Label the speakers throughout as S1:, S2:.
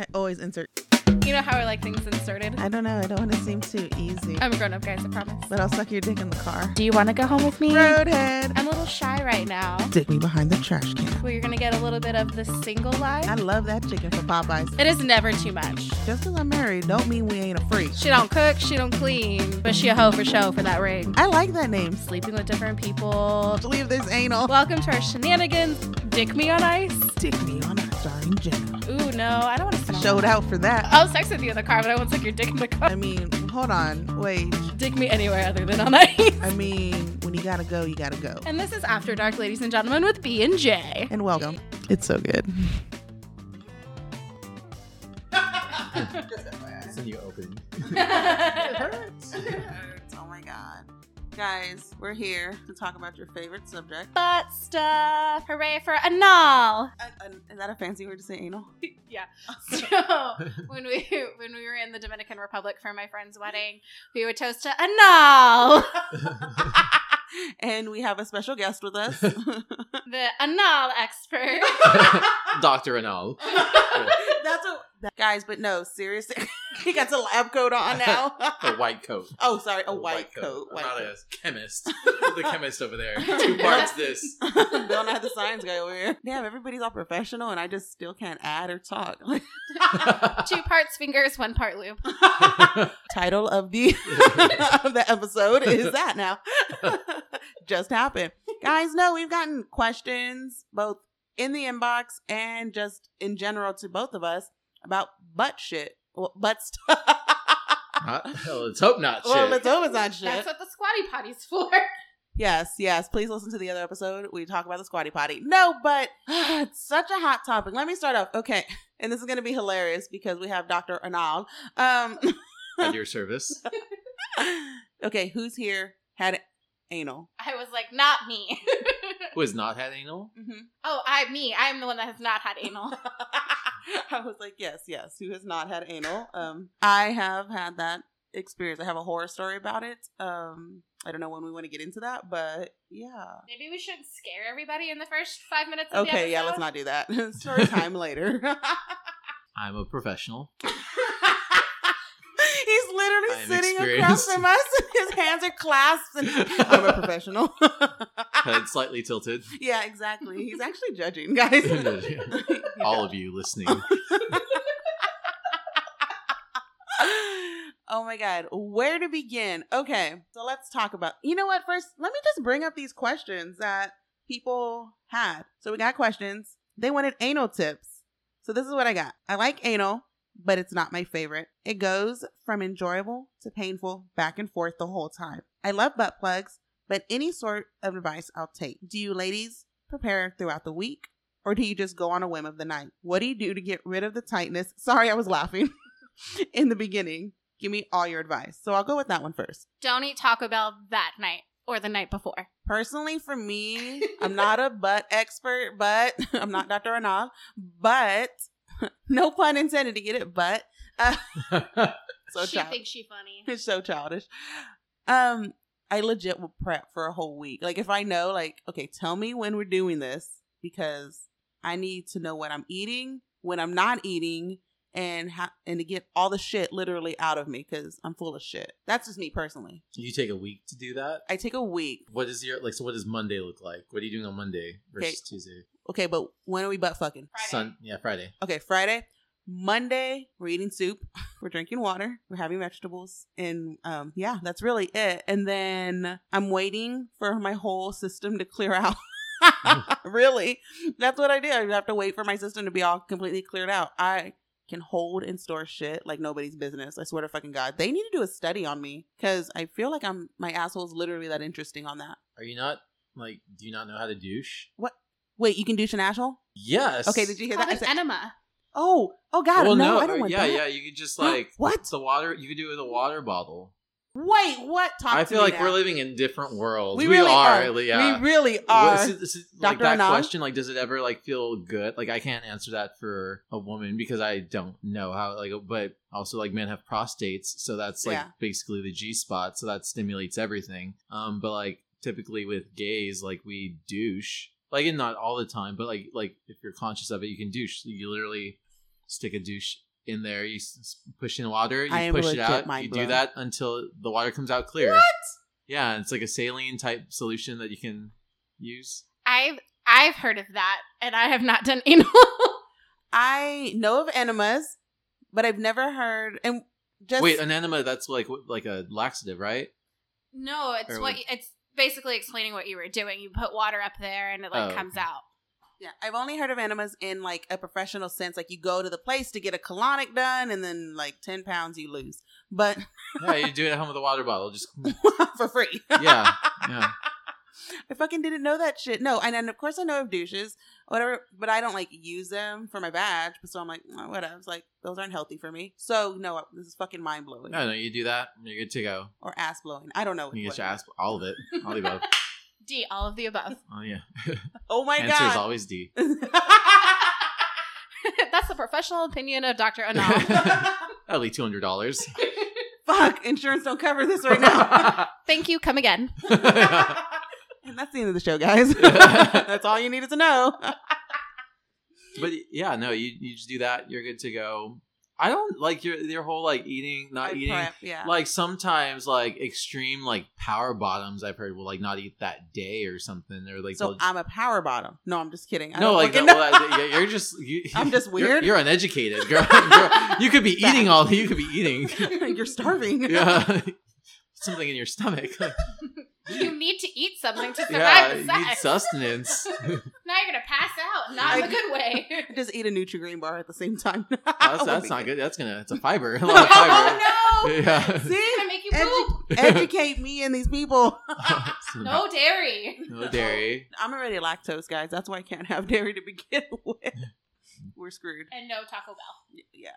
S1: I always insert.
S2: You know how I like things inserted?
S1: I don't know. I don't want to seem too easy.
S2: I'm a grown up, guys, I promise.
S1: but I'll suck your dick in the car.
S2: Do you want to go home with me?
S1: Roadhead.
S2: I'm a little shy right now.
S1: Dig me behind the trash can.
S2: Well, you're going to get a little bit of the single
S1: I
S2: life.
S1: love that chicken from Popeyes.
S2: It is never too much.
S1: Just because I'm married don't mean we ain't a freak.
S2: She don't cook, she don't clean, but she a hoe for show for that ring.
S1: I like that name.
S2: Sleeping with different people.
S1: Leave this anal.
S2: Welcome to our shenanigans. Dick me on ice.
S1: Dig me on it. Starring Jenna.
S2: Ooh, no, I don't want to smell.
S1: Showed out for that.
S2: I'll have sex with you in the car, but I won't suck your dick in the car.
S1: I mean, hold on. Wait.
S2: Dick me anywhere other than on ice.
S1: I mean, when you gotta go, you gotta go.
S2: And this is After Dark, ladies and gentlemen, with B and J.
S1: And welcome. It's so good.
S3: It's a new opening.
S1: hurts. Oh my god. Guys, we're here to talk about your favorite subject.
S2: Butt stuff. Hooray for anal.
S1: Uh, uh, is that a fancy word to say anal?
S2: Yeah. So when we when we were in the Dominican Republic for my friend's wedding, we would toast to anal.
S1: and we have a special guest with us.
S2: The anal expert.
S3: Doctor and all.
S1: That's a that, guys, but no, seriously, he got a lab coat on now.
S3: A white coat.
S1: oh, sorry, a, white, coat.
S3: I'm
S1: White
S3: not
S1: coat.
S3: a chemist. the chemist over there. Two parts this.
S1: Bill and I, the science guy over here. Damn, everybody's all professional, and I just still can't add or talk.
S2: Two parts fingers, one part lube.
S1: Title of the of the episode is that now. just happened, guys. No, we've gotten questions both in the inbox and just in general to both of us about butt shit, well, butt stuff.
S3: Not, hell, let's hope not shit.
S1: Well, let's hope it's not shit.
S2: That's what the squatty potty's for.
S1: Yes, yes. Please listen to the other episode. We talk about the squatty potty. No, but it's such a hot topic. Let me start off. Okay. And this is going to be hilarious because we have Dr. Anal. Um,
S3: At your service.
S1: okay. Who's here had anal?
S2: I was like, not me.
S3: Who has not had anal?
S2: Oh, I me. I'm the one that has not had anal.
S1: I was like, yes, yes. Who has not had anal? Um, I have had that experience. I have a horror story about it. Um, I don't know when we want to get into that, but yeah.
S2: Maybe we shouldn't scare everybody in the first five minutes of the
S1: Okay, yeah, let's
S2: episode.
S1: not do that. story time later.
S3: I'm a professional.
S1: He's literally
S3: I am
S1: sitting across from us. His hands are clasped. And I'm a professional. Ah.
S3: Head slightly tilted.
S1: yeah, exactly. He's actually judging, guys.
S3: all of you listening.
S1: Oh my God. Where to begin? Okay, so let's talk about. You know what? First, let me just bring up these questions that people had. So we got questions. They wanted anal tips. So this is what I got. I like anal, but it's not my favorite. It goes from enjoyable to painful, back and forth the whole time. I love butt plugs, but any sort of advice I'll take. Do you ladies prepare throughout the week? Or do you just go on a whim of the night? What do you do to get rid of the tightness? Sorry, I was laughing in the beginning. Give me all your advice. So I'll go with that one first.
S2: Don't eat Taco Bell that night or the night before.
S1: Personally, for me, I'm not a butt expert, but I'm not Dr. Anav, but no pun intended to get it, but so
S2: she
S1: childish.
S2: thinks she funny.
S1: It's so childish. Um, I legit will prep for a whole week. Like if I know, like, okay, tell me when we're doing this because I need to know what I'm eating, when I'm not eating, and how and to get all the shit literally out of me because I'm full of shit. That's just me personally.
S3: you take a week to do that.
S1: I take a week.
S3: What is your like? So what does Monday look like? What are you doing on Monday versus
S1: Okay.
S3: Tuesday?
S1: Okay, but when are we butt fucking?
S2: Friday.
S3: Sun. Yeah, Friday.
S1: Okay, Friday. Monday, we're eating soup, we're drinking water, we're having vegetables, and um, yeah, that's really it. And then I'm waiting for my whole system to clear out. really, that's what I do. I have to wait for my system to be all completely cleared out. I can hold and store shit like nobody's business. I swear to fucking god, they need to do a study on me because I feel like I'm my asshole's literally that interesting on that.
S3: Are you not like? Do you not know how to douche?
S1: Wait, you can douche an asshole?
S3: Yes.
S1: Okay, did you hear
S2: Called
S1: that? I
S2: an
S1: said,
S2: enema.
S1: oh, oh god,
S3: well,
S1: no,
S3: no,
S1: I don't
S3: or-
S1: want
S3: yeah,
S1: that.
S3: yeah. You could just like
S1: what?
S3: the water. You could do it with a water bottle.
S1: Wait, what? Talk
S3: I
S1: to
S3: feel
S1: me
S3: like
S1: now.
S3: we're living in different worlds.
S1: We really are.
S3: really, yeah.
S1: We really
S3: What-
S1: are.
S3: is it- is it- like
S1: Dr.
S3: that
S1: Anand?
S3: question, like, does it ever like feel good? Like, I can't answer that for a woman because I don't know how. Like, but also like men have prostates, so that's like
S1: Yeah.
S3: basically the G spot, so that stimulates everything. Um, but like typically with gays, like we douche, like and not all the time, but like like if you're conscious of it, you can douche. You literally stick a douche in there. You s- s- push in the water. You
S1: I am
S3: push it
S1: legit
S3: out.
S1: mind
S3: You do
S1: blown.
S3: that until the water comes out clear. What? Yeah, it's like a saline type solution that you can use.
S2: I've I've heard of that, and I have not done anal.
S1: I know of enemas, but I've never heard. And just
S3: Wait, an enema. That's like like a laxative, right?
S2: no, it's
S3: Or
S2: what
S3: like-
S2: you- it's basically explaining what you were doing. You put water up there, and it like
S3: Oh,
S2: comes
S3: okay.
S2: out.
S1: yeah, I've only heard of enemas in like a professional sense. Like you go to the place to get a colonic done, and then like ten pounds you lose, but
S3: Yeah, you do it at home with a water bottle. Just
S1: for free.
S3: yeah, yeah.
S1: I fucking didn't know that shit. No, and then of course I know of douches, whatever, but I don't like use them for my badge. So I'm like, oh, whatever. It's like those aren't healthy for me. So no, this is fucking mind blowing
S3: No, no, you do that. You're good to go.
S1: or ass blowing. I don't know.
S3: You
S1: what-
S3: get your ass all of it, all the above.
S2: D, all of the above.
S3: Oh yeah,
S1: Oh my
S3: answer is
S1: god.
S3: always D.
S2: That's the professional opinion of Dr. Anal.
S3: Only two hundred dollars.
S1: Fuck, insurance don't cover this right now.
S2: Thank you. Come again.
S1: and that's the end of the show, guys. that's all you needed to know.
S3: but yeah, no, you you just do that. You're good to go. I don't like your your whole like eating, not
S1: I
S3: eating.
S1: prep, yeah.
S3: Like sometimes like extreme like power bottoms I've heard will like not eat that day or something. They're like
S1: so
S3: they'll-
S1: I'm a power bottom. No, I'm just kidding. I
S3: no
S1: don't
S3: like
S1: fucking
S3: that-
S1: know.
S3: well, that- you're just you,
S1: I'm just
S3: you're-
S1: weird.
S3: You're, uneducated girl. You're- you could be eating all you could be eating.
S1: You're starving.
S3: yeah. Something in your stomach.
S2: You need to eat something to survive
S3: yeah,
S2: the
S3: you need
S2: sex.
S3: sustenance.
S2: now you're gonna pass out, not in
S1: I-
S2: a good way.
S1: Just eat a Nutri-Green bar at the same time.
S3: that's
S1: Would
S3: that's
S1: be
S3: not
S1: good.
S3: good. That's gonna. It's a fiber. A lot of fiber.
S2: Oh no!
S3: Yeah.
S2: It's
S1: See?
S2: gonna make you
S1: Edu-
S2: poop.
S1: educate me and these people.
S3: So
S2: No dairy.
S3: no dairy.
S1: I'm already lactose, guys. That's why I can't have dairy to begin with. We're screwed.
S2: And no Taco Bell.
S1: Y- Yeah.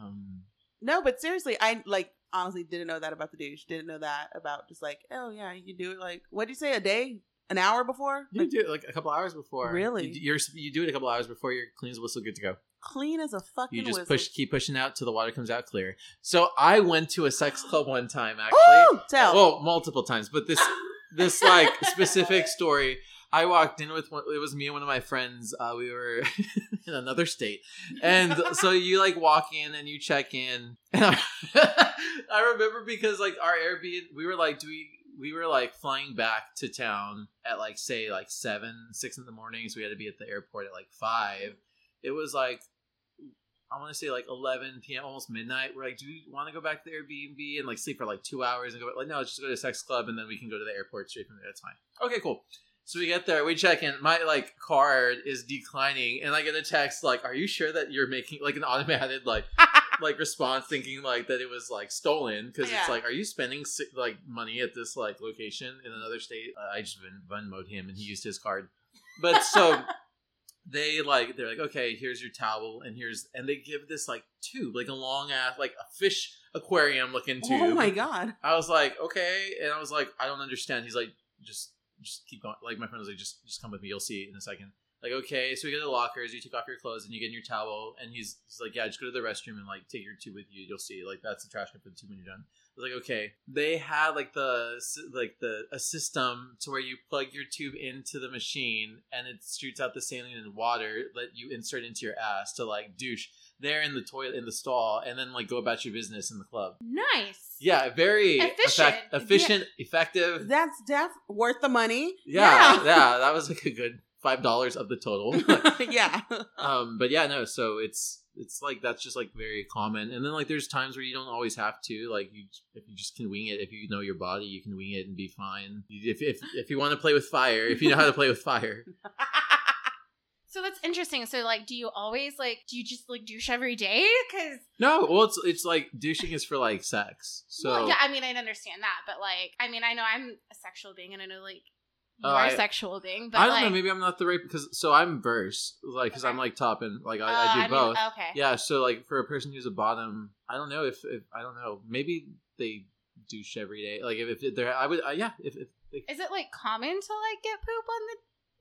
S3: Um,
S1: No, but seriously, I like honestly didn't know that about the douche. Didn't know that about just like, oh yeah, you can do it like what'd you say, a day? An hour before?
S3: you
S1: Like,
S3: do it like a couple hours before.
S1: Really?
S3: You, you're you do it a couple hours before your cleans whistle good to go.
S1: clean as a fucking
S3: You just
S1: whistle.
S3: push, keep pushing out till the water comes out clear. So I went to a sex club one time actually.
S1: Ooh, Oh, tell.
S3: Well, multiple times, but this this like specific story. I walked in with one, it was me and one of my friends. Uh, we were in another state, and so you like walk in and you check in. And I, I remember because like our Airbnb, we were like, do we? We were like flying back to town at like say like seven, six in the morning, so we had to be at the airport at like five. It was like I want to say like 11 p.m., almost midnight. We're like, do we want to go back to the Airbnb and like sleep for like two hours and go? Like, no, let's just go to a sex club and then we can go to the airport straight from there. That's fine. Okay, cool. So we get there, we check in. My like card is declining, and I get a text like, "Are you sure that you're making like an automated like like response, thinking like that it was like stolen because
S1: Yeah.
S3: it's like, are you spending si- like money at this like location in another state? Uh, I just Vin- Venmoed him, and he used his card. But so they like they're like okay here's your towel and here's and they give this like tube like a long ass like a fish aquarium looking tube
S1: Oh my god.
S3: i was like okay and i was like i don't understand he's like just just keep going like my friend was like just just come with me you'll see in a second like okay so we go to the lockers you take off your clothes and you get in your towel and he's, he's like yeah just go to the restroom and like take your tube with you you'll see like that's the trash can for the tube when you're done I was like okay they had like the like the a system to where you plug your tube into the machine and it shoots out the saline and water that you insert into your ass to like douche there in the toilet in the stall and then like go about your business in the club
S2: Nice.
S3: yeah very
S2: Efficient.
S3: effect- efficient effective
S1: That's def worth the money.
S3: yeah, yeah that was like a good five dollars of the total
S1: Yeah. yeah.
S3: um but yeah no so it's it's like that's just like very common and then like there's times where you don't always have to like you if you just can wing it if you know your body you can wing it and be fine if if, if you want to play with fire if you know how to play with fire
S2: So that's interesting. So like, do you always like? Do you just like douche every day? Because
S3: no well it's it's like douching is for like sex so
S2: well, yeah, I mean, I understand that, but like, I mean, I know I'm a sexual being, and I know like you
S3: Oh,
S2: are
S3: I-
S2: a sexual being, but
S3: i don't
S2: like,
S3: know maybe i'm not the right because so i'm verse like because i'm
S2: Okay.
S3: like top and like i,
S2: uh,
S3: I do
S2: mean,
S3: both
S2: okay.
S3: yeah so like for a person who's a bottom i don't know if, if i don't know maybe they douche every day like if, if they're i would uh, yeah if, if like,
S2: Is it like common to like get poop on the?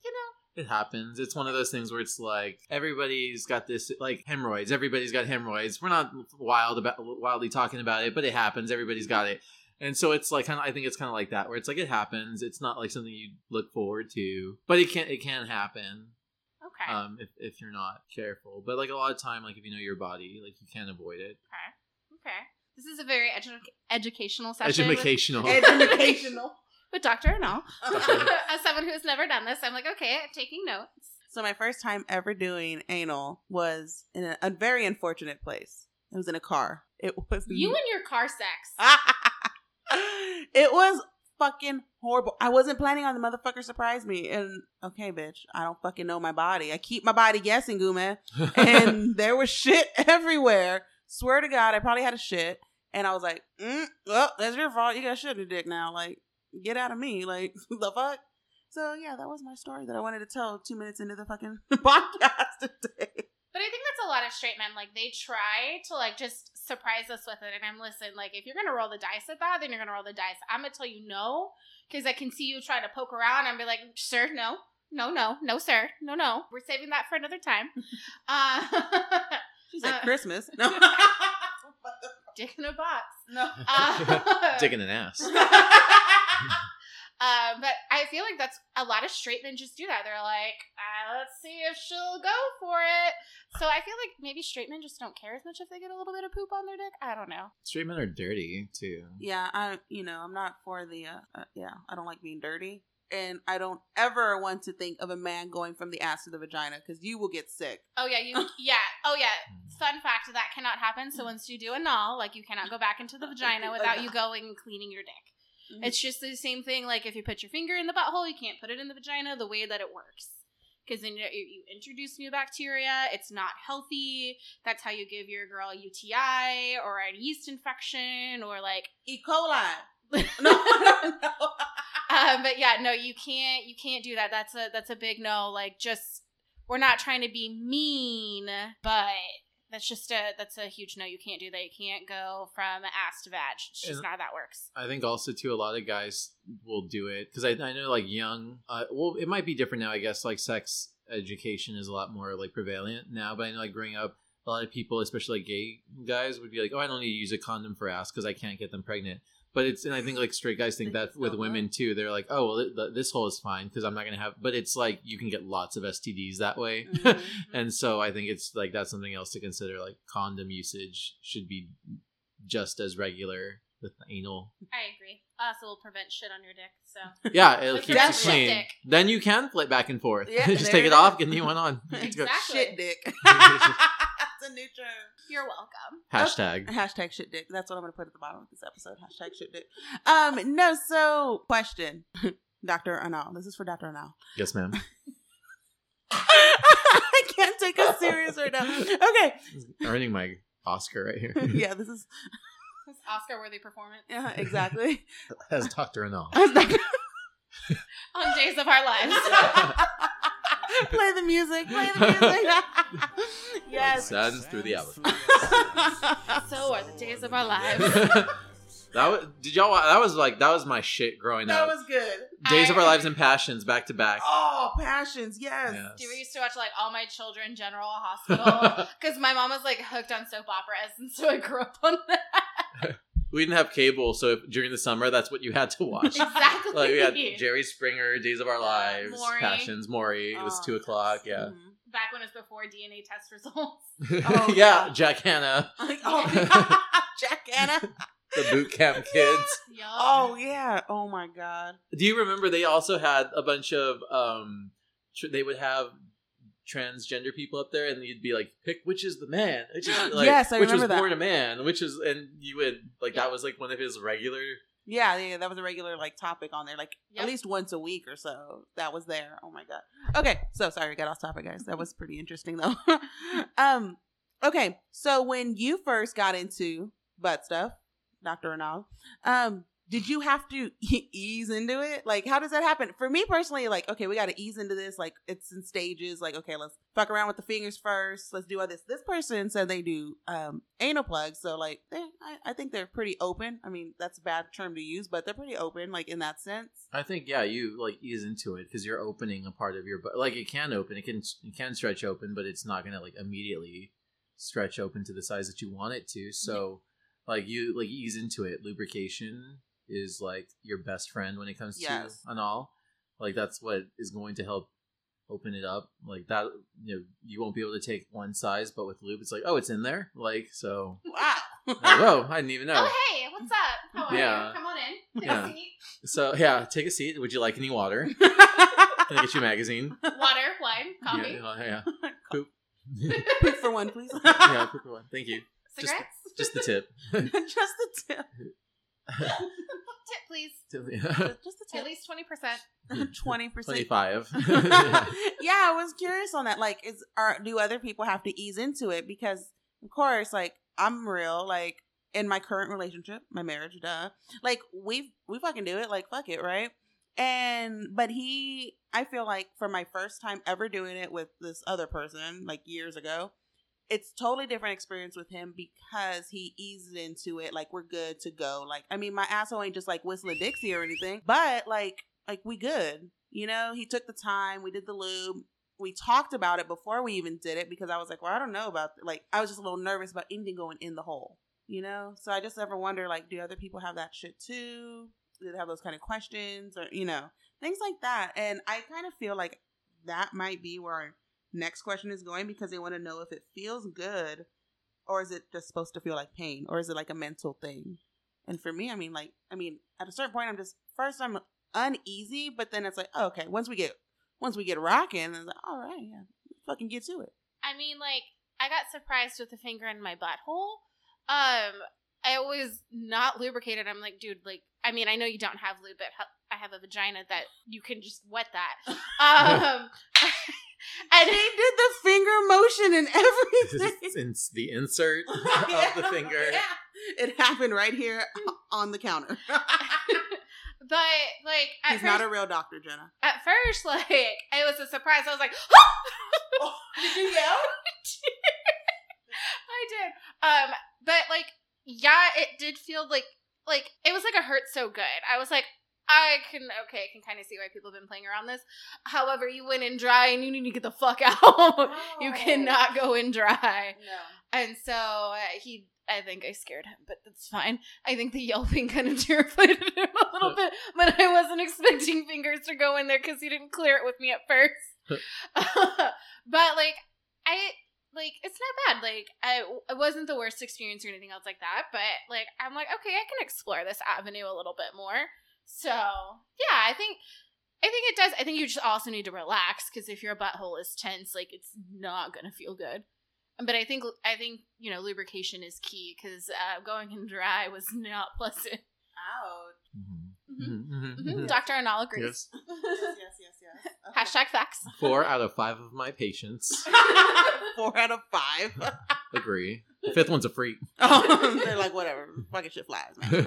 S2: You know,
S3: it happens it's one of those things where it's like everybody's got this like hemorrhoids everybody's got hemorrhoids we're not wild about wildly talking about it but it happens everybody's got it and so it's like kind of i think it's kind of like that where it's like it happens it's not like something you look forward to but it can it can happen
S2: Okay.
S3: um, if, if you're not careful. But like a lot of time, like if you know your body, like you can avoid it.
S2: okay. Okay. This is a very edu- educational session with-
S3: Educational.
S1: Educational.
S2: with Dr. Anal.
S3: Doctor.
S2: As someone who's never done this, I'm like, okay, I'm taking notes.
S1: So my first time ever doing anal was in a, a very unfortunate place. It was in a car. It was
S3: Mm-hmm.
S2: You and your car sex.
S1: it was fucking horrible. I wasn't planning on the motherfucker surprise me. And okay, bitch, I don't fucking know my body. I keep my body guessing, Guma. And there was shit everywhere. Swear to God, I probably had a shit. And I was like, mm, well, that's your fault. You got shit in your dick now. Like, get out of me. Like, the fuck? So yeah, that was my story that I wanted to tell two minutes into the fucking podcast today.
S2: But I think that's a lot of straight men. Like they try to like just surprise us with it, and I'm listen. Like if you're gonna roll the dice at that, then you're gonna roll the dice. I'm gonna tell you no because I can see you try to poke around and be like, sir, no, no, no, no, sir, no, no. We're saving that for another time. uh,
S1: She's like
S2: Uh.
S1: Christmas. No.
S2: dick in a box.
S1: no.
S2: Uh,
S3: Digging an ass.
S2: Uh, but I feel like that's a lot of straight men just do that. They're like, uh, let's see if she'll go for it. So I feel like maybe straight men just don't care as much if they get a little bit of poop on their dick. I don't know.
S3: Straight men are dirty too.
S1: Yeah, I you know I'm not for the uh, uh, yeah I don't like being dirty, and I don't ever want to think of a man going from the ass to the vagina because you will get sick.
S2: Oh yeah, you yeah. Oh yeah.
S3: Hmm. Mm.
S2: Fun fact: that cannot happen. So once you do a null, like you cannot go back into the vagina without you going and cleaning your dick.
S1: Mhm.
S2: It's just the same thing. Like if you put your finger in the butthole, you can't put it in the vagina. The way that it works, because then you, you introduce new bacteria. It's not healthy. That's how you give your girl a UTI or a yeast infection or like.
S1: E. coli. No, no, no.
S2: um, but yeah, no, you can't. You can't do that. That's a that's a big no. Like just we're not trying to be mean, but that's just a that's a huge no. You can't do that. You can't go from ass to vag. It's just
S3: And-
S2: not how that works.
S3: I think also too a lot of guys will do it because I, I know like young. Uh, well, it might be different now. I guess like sex education is a lot more like prevalent now. But I know like growing up, a lot of people, especially like gay guys, would be like, "Oh, I don't need to use a condom for ass because I can't get them pregnant." But it's and I think like straight guys think
S1: They
S3: that
S1: just
S3: with
S1: don't
S3: women
S1: know.
S3: too. They're like, "Oh, well, th- th- this hole is fine because I'm not gonna have." But it's like you can get lots of STDs that way.
S1: Mhm.
S2: Mm-hmm.
S3: And so I think it's like that's something else to consider. Like condom usage should be just as regular with anal.
S2: I agree. Also, will prevent shit on your dick. So
S3: Yeah, it'll
S2: With
S3: keep
S1: your
S3: you clean.
S2: dick.
S3: Then you can flip back and forth.
S1: Yeah,
S3: Just
S1: there
S3: take
S1: it is.
S3: it off, get a new one on. It's good.
S2: Exactly.
S1: Shit dick. That's a new term.
S2: you're welcome.
S3: Hashtag.
S1: Hashtag shit dick. That's what I'm gonna put at the bottom of this episode. Hashtag shit dick. Um, no. So question, Doctor Anal. This is for Doctor Anal.
S3: Yes, ma'am.
S1: I can't take us serious right now. Okay.
S3: Earning my Oscar right here.
S1: Yeah, this is
S2: This Oscar-worthy performance
S1: yeah, exactly.
S3: As Dr. Anal.
S1: That's not-
S2: on Days of Our Lives.
S1: play the music. Play the music. yes.
S3: Saddened through the album.
S2: so are the days of our lives.
S3: that was, did y'all wa- that was like that was my shit growing
S1: that
S3: up.
S1: was good.
S3: Days of
S2: I-
S3: Our Lives and Passions back to back.
S1: Oh, passions. Yes.
S3: Yes.
S2: Dude, we used to watch like all my children, General Hospital, because my mom was like hooked on soap operas, and so I grew up on that.
S3: We didn't have cable, so if, during the summer that's what you had to watch.
S2: Exactly.
S3: like we had Jerry Springer, Days of Our Lives,
S2: Maury.
S3: Passions, Maury. It was
S1: Uh, Oh,
S3: two
S1: yes.
S3: o'clock. Yeah,
S1: Mhm.
S2: Back when it was before DNA test results.
S1: Oh,
S3: yeah.
S1: yeah.
S3: Jack Hanna,
S1: mm-hmm. Like, oh, Jack Anna.
S3: the boot camp kids.
S2: Yup.
S1: Oh yeah. Oh my God.
S3: Do you remember they also had a bunch of um? Tr- they would have transgender people up there, and you'd be like, pick which is the man, which is like,
S1: Yes, I
S3: which was
S1: remember that.
S3: born a man, which is, and you would like that was like one of his regular.
S1: Yeah, yeah, that was a regular like topic on there, like
S2: Yep.
S1: at least once a week or so. That was there. Oh my god. Okay, so sorry, we got off topic, guys. That was pretty interesting though. um, okay, so when you first got into butt stuff, Doctor Renal, um, did you have to ease into it? Like, how does that happen? For me personally, like, okay, we got to ease into this. Like, it's in stages. Like, okay, let's fuck around with the fingers first. Let's do all this. This person said they do um, anal plugs. So, like, they, I, I think they're pretty open. I mean, that's a bad term to use, but they're pretty open, like, in that sense.
S3: I think yeah, you like ease into it because you're opening a part of your butt. Like it can open, it can it can stretch open, but it's not gonna like immediately stretch open to the size that you want it to. So like you like ease into it. Lubrication is like your best friend when it comes
S1: Yes.
S3: to an all. Like that's what is going to help open it up like that. You know, you won't be able to take one size, but with lube, it's like, oh, it's in there. Like so.
S1: Wow.
S3: Like, Whoa, I didn't even know.
S2: Oh hey, what's up? How are
S3: Yeah.
S2: you? Come on in. Take
S3: Yeah.
S2: a seat.
S3: So yeah, take a seat. Would you like any water? Can I get you a magazine?
S2: Water, wine, coffee,
S3: Yeah, oh, yeah. Poop.
S1: Pick for one, please.
S3: yeah, poop one. Thank you. just-
S2: cigarettes.
S3: Just the tip.
S1: just the tip.
S2: Tip, please.
S3: Tip-
S1: Just the
S2: At
S1: tip.
S2: least twenty percent.
S1: Twenty percent.
S3: Twenty-five.
S1: yeah, I was curious on that. Like, is are do other people have to ease into it? Because of course, like I'm real. Like in my current relationship, my marriage, duh. Like we we fucking do it. Like fuck it, right? And but he, I feel like for my first time ever doing it with this other person, like years ago, it's totally different experience with him because he eased into it. Like we're good to go. Like I mean, my asshole ain't just like whistling Dixie or anything, but like like we good. You know, he took the time. We did the lube. We talked about it before we even did it because I was like, well, I don't know about like I was just a little nervous about anything going in the hole. You know, so I just ever wonder like, do other people have that shit too? Do they have those kind of questions or you know things like that? And I kind of feel like that might be where our next question is going because they want to know if it feels good or is it just supposed to feel like pain or is it like a mental thing? And for me, I mean, like, I mean, at a certain point, I'm just first I'm uneasy, but then it's like, oh, okay, once we get once we get rocking, it's like, all right, yeah, fucking get to it.
S2: I mean, like, I got surprised with a finger in my butthole. Um, I was not lubricated. I'm like, dude, like, I mean, I know you don't have lube, but ho- I have a vagina that you can just wet that. Um, and
S1: They did the finger motion and everything.
S3: Since the insert of the finger.
S1: Yeah. It happened right here on the counter.
S2: but like, at
S1: He's
S2: first,
S1: not a real doctor, Jenna.
S2: at first, like, it was a surprise. I was like,
S1: Did you yell?
S2: I did. Um, but like, yeah, it did feel like like it was like a hurt so good. I was like, I can okay, I can kind of see why people have been playing around this. However, you went in dry and you need to get the fuck out. Oh,
S1: Oh.
S2: you cannot go in dry.
S1: No.
S2: And so uh, he. I think I scared him, but that's fine. I think the yelping kind of terrified him a little bit, but I wasn't expecting fingers to go in there because he didn't clear it with me at first. but like, I like it's not bad. Like, I it wasn't the worst experience or anything else like that. But like, I'm like, okay, I can explore this avenue a little bit more. So yeah, I think I think it does. I think you just also need to relax because if your butthole is tense, like it's not gonna feel good. But I think I think you know lubrication is key because uh, going in dry was not pleasant.
S3: Mhm.
S1: Mm-hmm.
S2: Mhm.
S3: Mhm, mhm,
S2: Mhm.
S3: mhm.
S2: Doctor and all agrees.
S3: Yes.
S1: Yes, yes, yes. yes.
S2: Hashtag facts.
S3: Four out of five of my patients
S1: Four out of five.
S3: agree. The fifth one's a freak.
S1: Oh, they're like, whatever, fucking shit flies, man.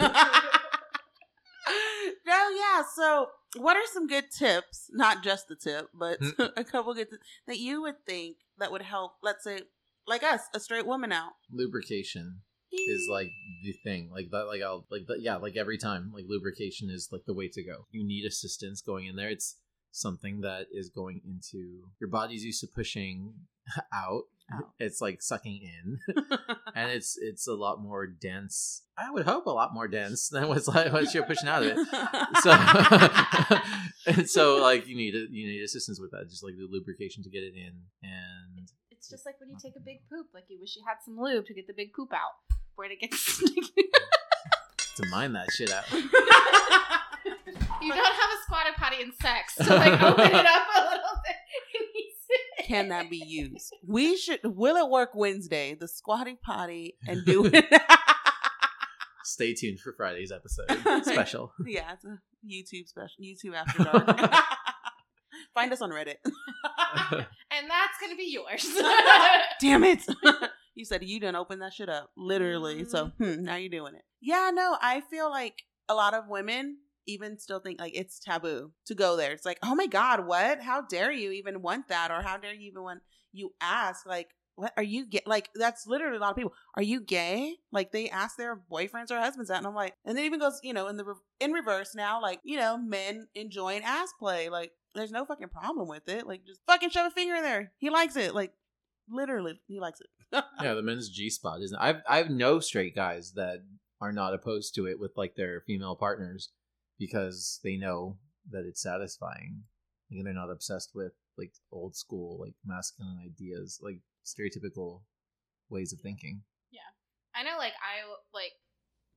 S1: no, yeah. So, what are some good tips? Not just the tip, but
S3: Hmm.
S1: a couple good tips that you would think that would help. Let's say, like us, a straight woman out.
S3: Lubrication is like the thing. Like that. Like I'll like that. Yeah. Like every time. Like lubrication is like the way to go. You need assistance going in there. It's something that is going into your body's used to pushing out.
S1: Out.
S3: It's like sucking in, and it's it's a lot more dense. I would hope a lot more dense than what's like what you're pushing out of it. so and so like you need you need assistance with that just like the lubrication to get it in and
S2: It's just like when you take a big poop, like you wish you had some lube to get the big poop out. Where it gets
S3: to mind that shit out
S2: you don't have a squatter potty in sex, so like open it up a little bit. It needs to-
S1: Can that be used? We should. Will it work Wednesday? The squatting potty and do it.
S3: stay tuned for friday's episode special
S1: Yeah, it's a YouTube special. YouTube After Dark. Find us on Reddit.
S2: and that's gonna be yours.
S1: Damn it. you said you didn't open that shit up, literally. So hmm, now you're doing it. Yeah, no, I feel like a lot of women even still think like it's taboo to go there. It's like, oh my God, what? How dare you even want that? Or how dare you even want you ask, like, what are you gay? Like, that's literally a lot of people. Are you gay? Like, they ask their boyfriends or husbands that. And I'm like, and it even goes, you know, in the re- in reverse now, like, you know, men enjoying ass play. Like, there's no fucking problem with it. Like, just fucking shove a finger in there. He likes it. Like, literally, he likes it.
S3: yeah the men's g-spot isn't i've i've no straight guys that are not opposed to it with like their female partners because they know that it's satisfying and they're not obsessed with like old school like masculine ideas, like stereotypical ways of thinking.
S2: I know, like, I, like,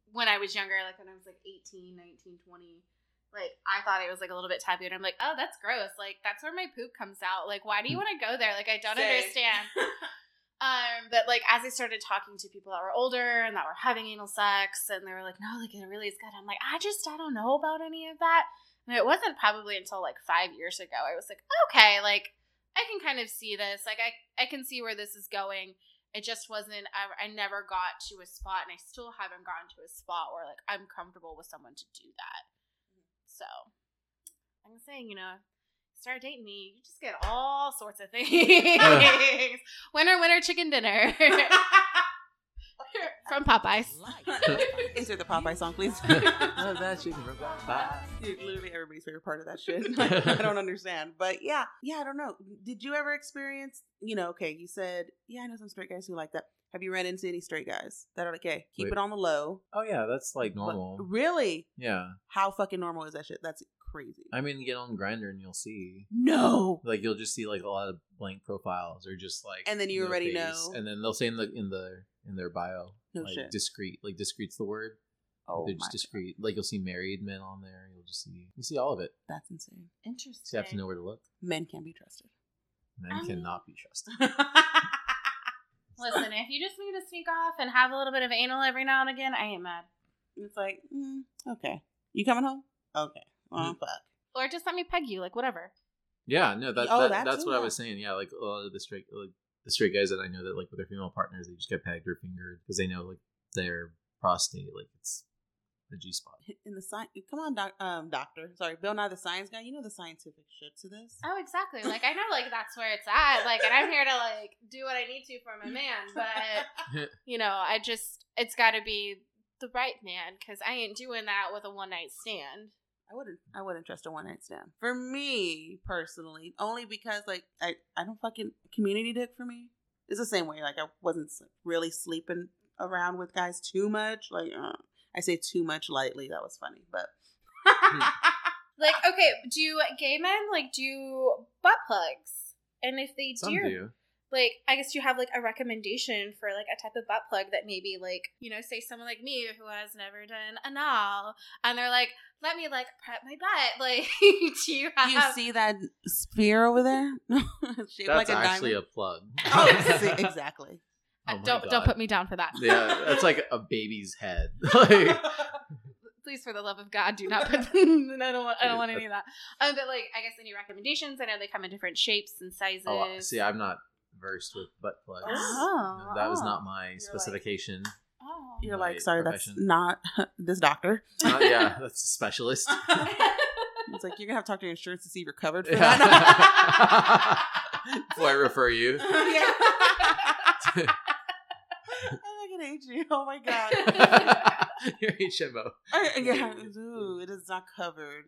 S2: when I was younger, like, when I was, like, 18, 19, 20, like, I thought it was, like, a little bit taboo. And I'm like, oh, that's gross. Like, that's where my poop comes out. Like, why do you want to go there? Like, I don't
S4: Same.
S2: understand. Um, but like as I started talking to people that were older and that were having anal sex, and they were like, "No, like it really is good." I'm like, I just I don't know about any of that. And it wasn't probably until like five years ago I was like, okay, like I can kind of see this. Like I I can see where this is going. It just wasn't. I, I never got to a spot, and I still haven't gotten to a spot where like I'm comfortable with someone to do that. So I'm saying, you know, start dating me, you just get all sorts of things. winner, winner, chicken dinner from Popeyes.
S1: Insert the Popeye song, please.
S3: Love that chicken from Popeyes.
S1: Dude, literally everybody's favorite part of that shit. Like, I don't understand. But yeah, yeah, I don't know. Did you ever experience, you know, okay, you said, yeah, I know some straight guys who like that. Have you run into any straight guys that are like, hey, keep
S3: Wait.
S1: it on the low?
S3: Oh yeah, that's like
S1: But
S3: normal.
S1: really?
S3: Yeah,
S1: How fucking normal is that shit? That's crazy.
S3: I mean, get on Grinder and you'll see.
S1: no.
S3: Like you'll just see like a lot of blank profiles or just like,
S1: And then you
S3: no
S1: already
S3: face.
S1: know.
S3: And then they'll say in the in the in their bio,
S1: No
S3: like
S1: shit.
S3: discreet, like discreet's the word.
S1: Oh,
S3: They're
S1: my,
S3: just discreet. Like you'll see married men on there. You'll just see you see all of it.
S1: that's insane.
S2: Interesting.
S3: So you have to know where to look.
S1: Men can be trusted.
S3: Men
S2: I mean-
S3: cannot be trusted.
S2: Listen, if you just need to sneak off and have a little bit of anal every now and again, I ain't mad.
S1: It's like, mm, okay. You coming home? Okay. Oh,
S3: Mm.
S1: fuck.
S2: Or just let me peg you, like whatever.
S3: Yeah, no, that,
S1: Oh,
S3: that-
S1: that
S3: that's
S1: too,
S3: what I
S1: yeah.
S3: was saying. Yeah, like a lot of the straight like the straight guys that I know that like with their female partners, they just get pegged or fingered because they know like their prostate, like it's the G spot.
S1: In the science, come on, doc- um, doctor. Sorry, Bill Nye the Science Guy. You know the scientific shit to this.
S2: Oh, exactly. Like I know, like that's where it's at. Like, and I'm here to like do what I need to for my man, but you know, I just it's got to be the right man because I ain't doing that with a one night stand.
S1: I wouldn't. I wouldn't trust a one night stand. For me personally, only because like I, I don't fucking community dick for me. It's the same way. Like I wasn't s- really sleeping around with guys too much. Like uh, I say too much lightly. That was funny, but
S2: Like, okay, do gay men like do butt plugs? And if they
S3: Some do.
S2: like I guess you have like a recommendation for like a type of butt plug that maybe like you know say someone like me who has never done anal and they're like let me like prep my butt like do you have
S1: you see that sphere over there? Shaped like
S3: That's
S1: a
S3: actually
S1: diamond.
S3: a plug.
S1: oh, see, exactly.
S3: Oh my
S2: don't don't
S3: God.
S2: put me down for that
S3: Yeah, that's like a baby's head. like,
S2: please for the love of God do not put I don't want I don't want any of that um, but like I guess any recommendations I know they come in different shapes and sizes
S3: oh, see, I'm not versed with butt plugs.
S2: Oh,
S3: No, that was
S2: oh.
S3: not my
S4: like-
S3: specification.
S2: oh.
S1: You're
S3: My
S1: like, sorry, that's
S3: profession.
S1: not this doctor.
S3: Not- yeah, that's a specialist.
S1: It's like you're gonna have to talk to your insurance to see if you're covered for that.
S3: Yeah. Before I refer you.
S1: I fucking hate you. Oh my god.
S3: Your HMO.
S1: I- yeah, ooh, it is not covered.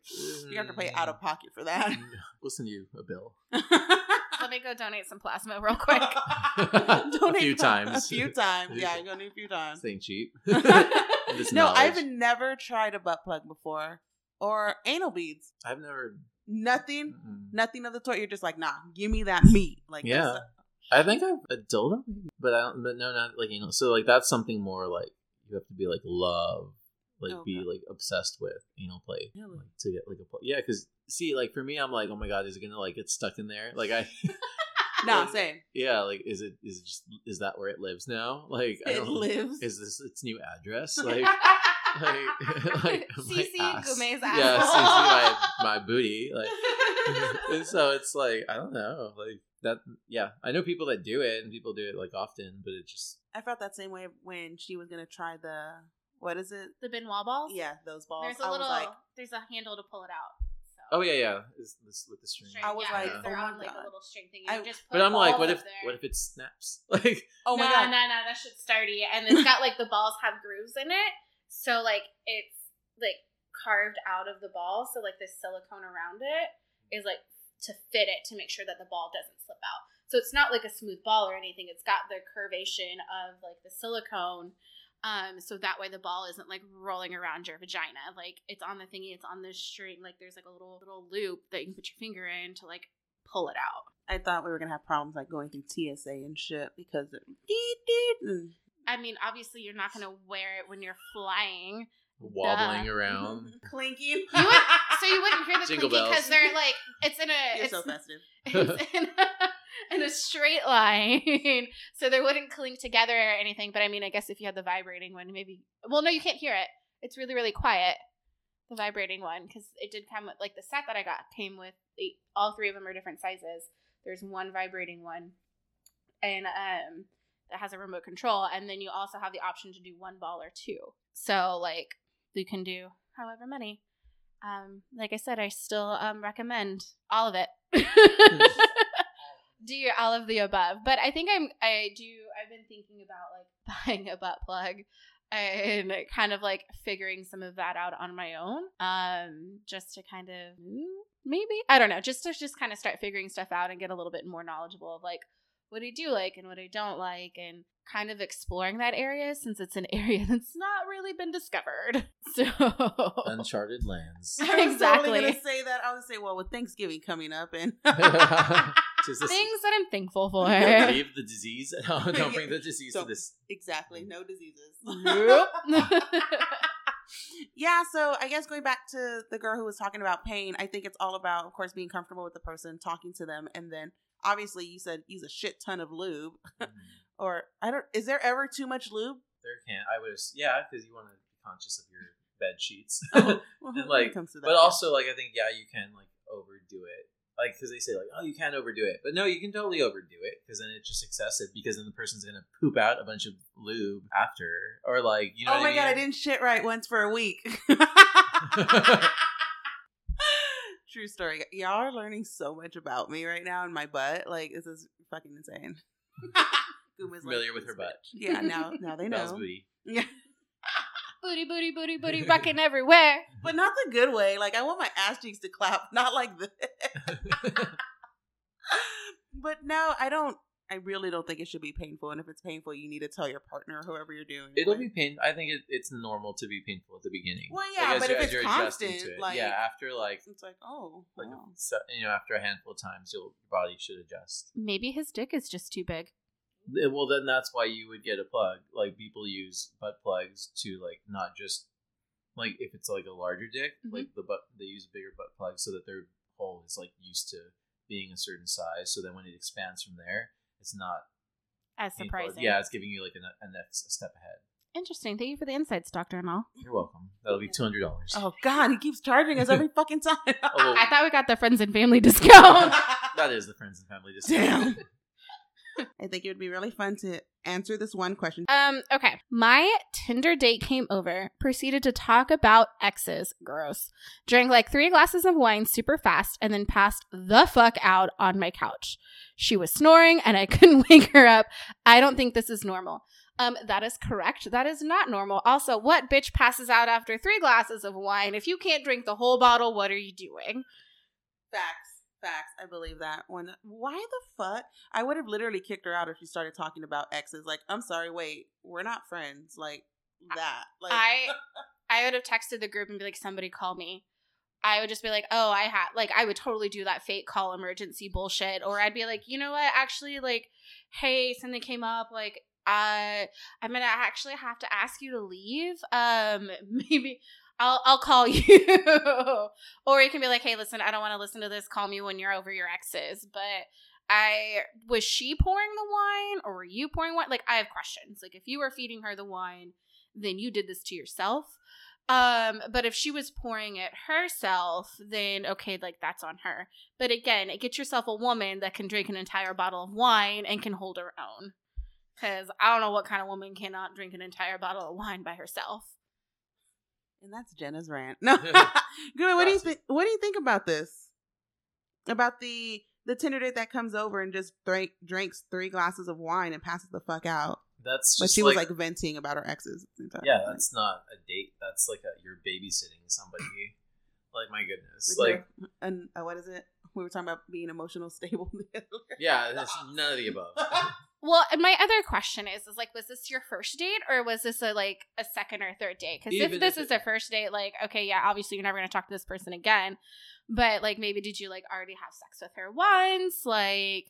S1: You have to pay out
S3: Mm-hmm.
S1: of pocket for that.
S3: We'll send you a bill.
S2: let me go donate some plasma real quick
S3: a
S1: Donate
S3: few
S1: pla-
S3: times.
S1: A few times. Yeah, you're gonna need a few times.
S3: This ain't cheap. This
S1: no, I've
S3: knowledge.
S1: never tried a butt plug before. Or anal beads.
S3: I've never.
S1: Nothing.
S3: mm-mm.
S1: Nothing of the sort. You're just like, nah, give me that meat. Like
S3: Yeah.
S1: that's-
S3: I think I've a dildo, maybe, but I don't. But no, not like you know. So like that's something more like you have to be like love, like
S1: Oh,
S3: be
S1: okay.
S3: like obsessed with anal play,
S1: Really?
S3: like to get like a pl- yeah. Because see, like for me, I'm like, oh my god, is it gonna like get stuck in there? Like I,
S1: Nah, same.
S3: yeah, like is it is it just is that where it lives now? Like I
S1: It
S3: don't,
S1: lives.
S3: Is this its new address? Like. like, like
S2: CC
S3: my ass.
S2: Gume's
S3: Yeah,
S2: asshole.
S3: CC my, my booty. Like, and so it's like I don't know, like that. Yeah, I know people that do it, and people do it like often, but it just
S1: I felt that same way when she was gonna try the what is it?
S2: the Benoit balls
S1: Yeah, those balls.
S2: There's
S1: I
S2: a little.
S1: was like,
S2: there's a handle to pull it out. So.
S3: oh yeah, yeah, it's this with the string.
S2: String,
S1: I was
S2: yeah,
S1: like,
S2: because they're
S1: oh my
S2: on like
S1: God.
S2: a little string thing. You
S1: I-
S2: can just put
S3: But I'm like,
S2: balls
S3: what
S2: up
S3: if
S2: there.
S3: what if it snaps? Like,
S1: oh my
S2: no,
S1: god,
S2: no, no, that shit's sturdy, and it's got like the balls have grooves in it, so like it's like carved out of the ball, so like this silicone around it is like to fit it to make sure that the ball doesn't slip out. So it's not like a smooth ball or anything. It's got the curvation of like the silicone. Um, so that way the ball isn't like rolling around your vagina. Like it's on the thingy, it's on the string. Like there's like a little little loop that you can put your finger in to like pull it out.
S1: I thought we were gonna have problems like going through TSA and shit because it, and
S2: I mean, obviously, you're not going to wear it when you're flying.
S3: wobbling
S2: Duh.
S3: around.
S1: clinking.
S2: You would, so you wouldn't hear the
S3: Jingle
S2: clinking because
S3: bells.
S2: they're like, it's in a,
S1: You're
S2: it's,
S1: so festive.
S2: it's in a, in a straight line. So they wouldn't clink together or anything. But I mean, I guess if you had the vibrating one, maybe, well, no, you can't hear it. It's really, really quiet. The vibrating one, because it did come with, like, the set that I got came with, the, all three of them are different sizes. There's one vibrating one. And, um, that has a remote control, and then you also have the option to do one ball or two. So like you can do however many. Um, like I said, I still um, recommend all of it. do all of the above, but I think I'm I do I've been thinking about like buying a butt plug and kind of like figuring some of that out on my own um just to kind of ooh, maybe i don't know just to just kind of start figuring stuff out and get a little bit more knowledgeable of like what i do like and what i don't like and kind of exploring that area since it's an area that's not really been discovered so
S3: Uncharted lands.
S1: I was totally
S2: Exactly.
S1: gonna say that. I was gonna say, well, with Thanksgiving coming up and
S3: Does this
S2: things that i'm thankful for
S3: don't leave the disease? No, don't bring the disease
S1: Don't.
S3: to this.
S1: exactly no diseases.
S2: Nope.
S1: yeah, so I guess going back to the girl who was talking about pain, I think it's all about, of course, being comfortable with the person, talking to them, and then obviously you said use a shit ton of lube,
S3: Mm,
S1: or I don't. Is there ever too much lube?
S3: there can't. I was yeah, because you want to be conscious of your bed sheets.
S2: Oh,
S1: Well,
S3: And,
S1: when it
S3: like,
S1: comes to that,
S3: but also like I think yeah, you can like overdo it. Like because they say like oh you can't overdo it, but no, you can totally overdo it because then it's just excessive. Because then the person's gonna poop out a bunch of lube after, or like you know.
S1: oh
S3: what
S1: my
S3: I
S1: god, I
S3: mean?
S1: didn't shit right once for a week. True story. Y'all are learning so much about me right now and my butt. Like this is fucking insane. Guma's like,
S3: Familiar with her butt.
S1: Yeah, now now they
S3: That was
S1: know.
S3: booty.
S1: Yeah.
S2: booty booty booty booty rocking everywhere
S1: But not the good way. Like I want my ass cheeks to clap, not like this. but no, I don't I really don't think it should be painful. And if it's painful, you need to tell your partner or whoever you're doing. it
S3: It'll
S1: with.
S3: be pain. I think it, it's normal to be painful at the beginning.
S1: Well, yeah,
S3: as
S1: but
S3: you-
S1: if
S3: as
S1: it's
S3: you're adjusting
S1: constant,
S3: to it.
S1: like-
S3: yeah, after like
S1: it's like, oh
S3: like a
S1: wow.
S3: se- you know after a handful of times, you'll, your body should adjust.
S2: maybe his dick is just too big
S3: Eh, Well, then that's why you would get a plug. Like people use butt plugs to like not just like if it's like a larger dick,
S1: Mm-hmm.
S2: Mhm.
S3: like the butt they use bigger butt plugs so that their hole is like used to being a certain size. So then when it expands from there, it's not
S2: as
S3: painful.
S2: surprising
S3: Yeah, it's giving you like an, an next step ahead.
S2: Interesting. Thank you for the insights, Dr. and all.
S3: You're welcome. That'll be two hundred dollars. Oh,
S1: Oh god, he keeps charging us every fucking time.
S3: well,
S2: I thought we got the friends and family discount.
S3: that is the friends and family discount.
S1: Damn. I think it would be really fun to answer this one question.
S2: um, okay. My Tinder date came over, proceeded to talk about exes. Gross. Drank like three glasses of wine super fast and then passed the fuck out on my couch. She was snoring and I couldn't wake her up. I don't think this is normal. Um, that is correct. That is not normal. Also, what bitch passes out after three glasses of wine? If you can't drink the whole bottle, what are you doing?
S1: Facts. Facts. I believe that one. Why the fuck? I would have literally kicked her out if she started talking about exes. Like, I'm sorry, wait, we're not friends. Like that. Like
S2: I I would have texted the group and be like, somebody call me. I would just be like, oh, I had like I would totally do that fake call emergency bullshit. Or I'd be like, you know what? Actually, like, hey, something came up, like uh I'm gonna actually have to ask you to leave. Um maybe I'll I'll call you. or you can be like, hey, listen, I don't wanna listen to this. Call me when you're over your exes. But I was she pouring the wine or were you pouring wine? Like I have questions. Like if you were feeding her the wine, then you did this to yourself. Um, but if she was pouring it herself, then okay, like that's on her. But again, get yourself a woman that can drink an entire bottle of wine and can hold her own. Cause I don't know what kind of woman cannot drink an entire bottle of wine by herself.
S1: and that's Jenna's rant. No. Good. What do you think what do you think about this? About the the Tinder date that comes over and just drink, drinks three glasses of wine and passes the fuck out.
S3: That's
S1: But
S3: just
S1: she
S3: like,
S1: was like venting about her exes.
S3: yeah, that's not a date. That's like a, you're babysitting somebody. like my goodness,
S1: With
S3: like
S1: your- and uh, what is it? We were talking about being emotional stable.
S3: yeah, that's none of the above.
S2: Well, and my other question is, is like, was this your first date or was this a like a second or third date? Because
S3: Even
S2: if this
S3: if
S2: is
S3: it-
S2: a first date, like, okay, yeah, obviously you're never gonna talk to this person again, but like maybe did you like already have sex with her once? Like,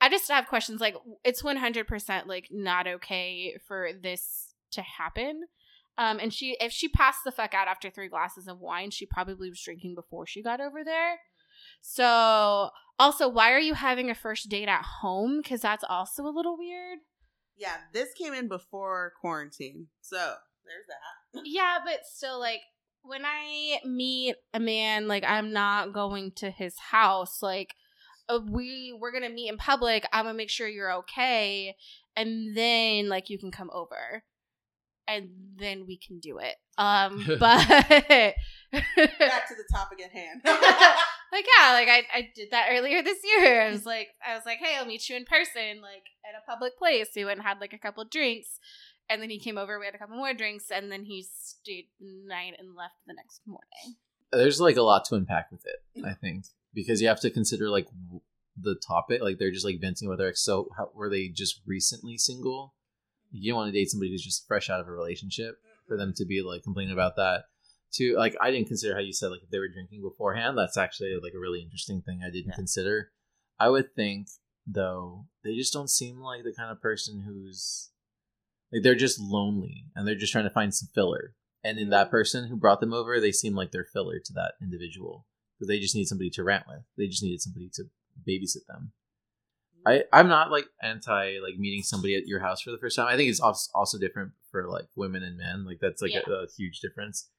S2: I just have questions. Like, it's 100 percent like not okay for this to happen. Um, and she, if she passed the fuck out after three glasses of wine, she probably was drinking before she got over there. So, also, why are you having a first date at home? Because that's also a little weird.
S1: Yeah, this came in before quarantine. So there's that.
S2: yeah, but still, like, when I meet a man, like, I'm not going to his house. Like, uh, we we're gonna meet in public. I'm gonna make sure you're okay, and then like you can come over, and then we can do it. Um, but
S1: Back to the topic at hand.
S2: like yeah like I, I did that earlier this year i was like i was like hey i'll meet you in person like at a public place we went and had like a couple drinks and then he came over we had a couple more drinks and then he stayed the night and left the next morning
S3: There's like a lot to unpack with it, I think, because you have to consider like w- the topic. Like they're just like venting about their ex. So how, were they just recently single? You don't want to date somebody who's just fresh out of a relationship. for them to be like complaining about that too like i didn't consider how you said like if they were drinking beforehand that's actually like a really interesting thing i didn't
S1: Yeah.
S3: consider i would think though they just don't seem like the kind of person who's like they're just lonely and they're just trying to find some filler and in that person who brought them over they seem like they're filler to that individual because they just need somebody to rant with they just needed somebody to babysit them I, I'm not like anti like meeting somebody at your house for the first time. I think it's als- also different for like women and men. Like that's like a, a huge difference.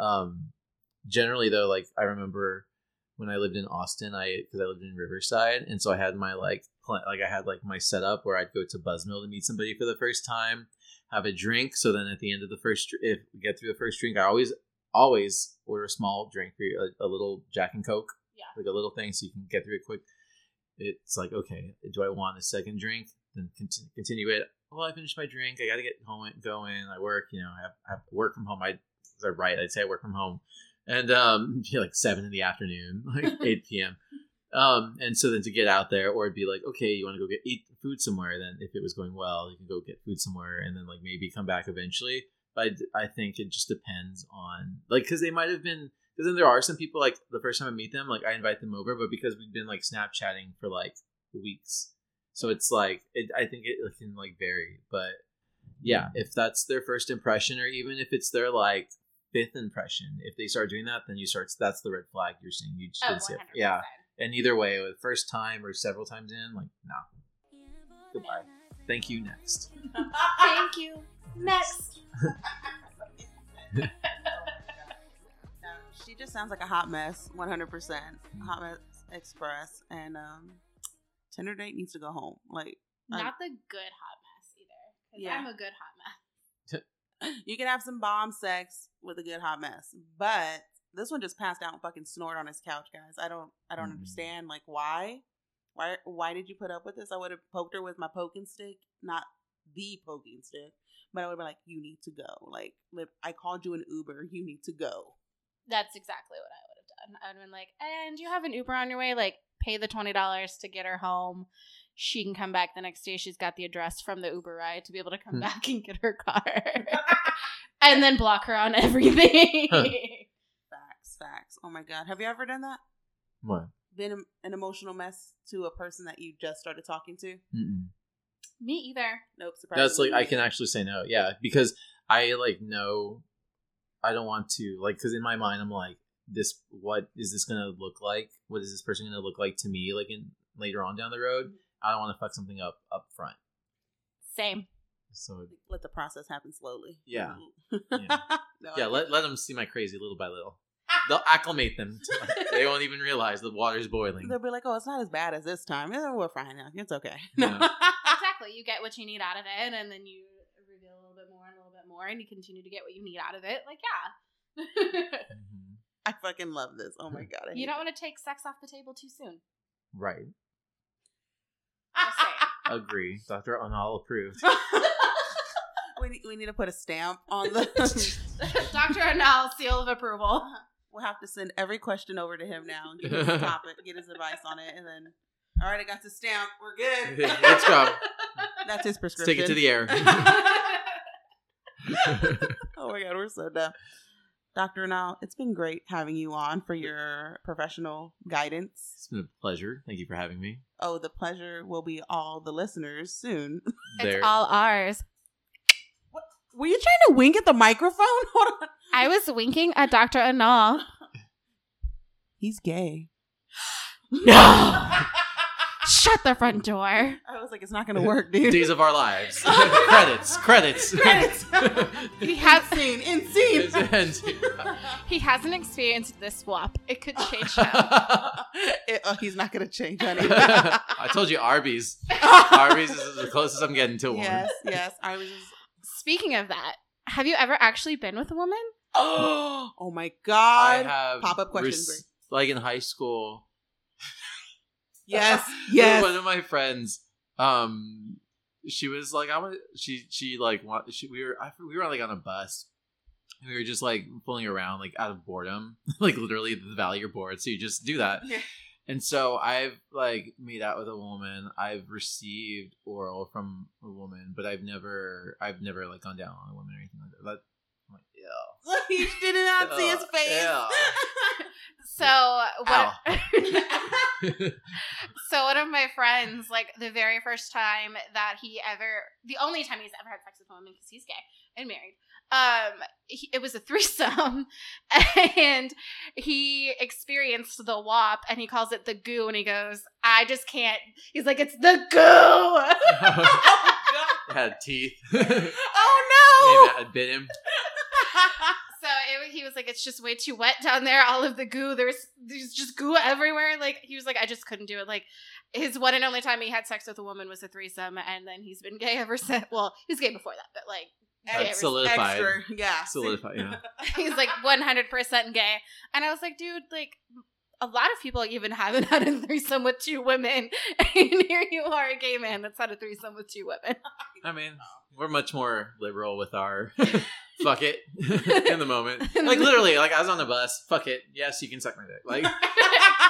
S3: Um, generally though, like I remember when I lived in Austin, I because I lived in Riverside, and so I had my like pl- like I had like my setup where I'd go to Buzzmill to meet somebody for the first time, have a drink. So then at the end of the first, dr- if we get through the first drink, I always always order a small drink for you, a, a little Jack and Coke,
S2: Yeah.
S3: like a little thing so you can get through it quick it's like okay do i want a second drink then continue, continue it well i finished my drink i gotta get home going i work you know i have, I have work from home i is that right i'd say i work from home and um be like seven in the afternoon like 8 p.m um and so then to get out there or it'd be like okay you want to go get eat food somewhere then if it was going well you can go get food somewhere and then like maybe come back eventually but i, d- I think it just depends on like because they might have been because then there are some people like the first time I meet them, like I invite them over, but because we've been like Snapchatting for like weeks, so it's like it, I think it can like vary. But yeah, if that's their first impression, or even if it's their like fifth impression, if they start doing that, then you start. That's the red flag you're seeing. You just
S2: oh,
S3: didn't see it. Yeah, and either way, with first time or several times in, like no, goodbye. Thank you. Next.
S2: thank you next
S1: No, she just sounds like a hot mess, 100%. Hot mess express. And um, Tinder date needs to go home. Like,
S2: not the good hot mess either 'cause
S1: Yeah.
S2: i'm a good hot mess
S1: you can have some bomb sex with a good hot mess, but this one just passed out and fucking snored on his couch, guys. I don't, I don't
S3: Mm.
S1: understand. Like, why, why, why did you put up with this? I would have poked her with my poking stick, not the poking stick, but I would have been like, "You need to go." Like, li- I called you an Uber. You need to go.
S2: that's exactly what i would have done i would have been like and you have an uber on your way like pay the $20 to get her home she can come back the next day she's got the address from the uber ride to be able to come
S3: Hmm.
S2: back and get her car and then block her on everything
S3: Huh.
S1: Facts, facts. Oh my god, have you ever done that?
S3: What?
S1: Been em- an emotional mess to a person that you just started talking to?
S3: Mm-mm.
S2: me either
S1: Nope. Surprise.
S3: That's like I can actually say no, yeah, because I like know I don't want to like because in my mind I'm like this. What is this gonna look like? What is this person gonna look like to me? Like in later on down the road, I don't want to fuck something up up front.
S2: same
S3: So
S1: let the process happen slowly.
S3: Yeah.
S1: No,
S3: yeah,
S1: I-
S3: let let them see my crazy little by little. They'll acclimate them. to- they won't even realize the water's boiling.
S1: They'll be like, "Oh, it's not as bad as this time. Eh, we're fine now. It's okay."
S3: Yeah.
S2: exactly you get what you need out of it and then you reveal a little bit more and a little bit more and you continue to get what you need out of it like yeah
S3: Mhm.
S1: I fucking love this. Oh
S3: Mm.
S1: my god, I
S2: you
S1: hate
S2: don't want to take sex off the table too soon
S3: Right,
S2: Just saying.
S3: agree. Doctor Anal approved.
S1: it. We need, we need to put a stamp on the.
S2: Dr. Anal, seal of approval.
S1: we'll have to send every question over to him now. And get his topic, get his advice on it, and then All right, I got the stamp. We're good.
S3: Let's go.
S1: That's his
S3: Let's
S1: prescription.
S3: take it to the air.
S1: oh my god, we're so dumb. Dr. Now, it's been great having you on for your professional guidance.
S3: It's been a pleasure. Thank you for having me.
S1: Oh, the pleasure will be all the listeners soon.
S2: It's all ours.
S1: Were you trying to wink at the microphone? Hold on.
S2: I was winking at Dr. Anal.
S1: He's gay.
S2: No! Shut the front door.
S1: I was like, it's not gonna work, dude.
S3: Days of Our Lives. credits. Credits.
S1: Credits.
S2: He has
S1: Insane, insane.
S3: It's-
S2: he hasn't experienced this swap. It could change him.
S1: It- oh, he's not gonna change, honey.
S3: I told you Arby's. Arby's is the closest I'm getting to one.
S1: yes, yes. I was. Just,
S2: Speaking of that, have you ever actually been with a woman?
S1: oh, oh my
S3: I
S1: god.
S3: have
S1: Pop-up question,
S3: res-
S1: great.
S3: like in high school.
S1: yes,
S3: One
S1: yes.
S3: of my friends, um, she was like, I'm. A, she she like wa- she, we were I, we were like on a bus. And we were just like fooling around, like out of boredom, like literally the valley you're bored, so you just do that.
S1: Yeah.
S3: And so I've like made out with a woman. I've received oral from a woman, but I've never, I've never like gone down on a woman or anything like that. But I'm like, yeah.
S1: you did not see his
S3: Ew,
S1: face.
S2: So what? so one of my friends, like the very first time that he ever, the only time he's ever had sex with a woman because he's gay and married. Um, he, it was a threesome, and he experienced the wop, and he calls it the goo, and he goes, "I just can't." He's like, "It's the goo."
S3: It had teeth.
S1: Oh
S3: Maybe I bit him.
S2: So it, he was like, "It's just way too wet down there. All of the goo. There's there's just goo everywhere." Like he was like, "I just couldn't do it." Like his one and only time he had sex with a woman was a threesome, and then he's been gay ever since. Well, he was gay before that, but like
S1: no!
S2: That's
S1: Ex-
S3: solidified.
S1: Extra. Yeah. see?
S3: Solidify, yeah.
S2: he's like 100 percent gay. And I was like, "Dude, like." A lot of people even haven't had a threesome with two women, and here you are, a gay man that's had a threesome with two women.
S3: I mean, we're much more liberal with our fuck it in the moment. Like literally, like I was on the bus. Fuck it. Yes, you can suck my dick. Like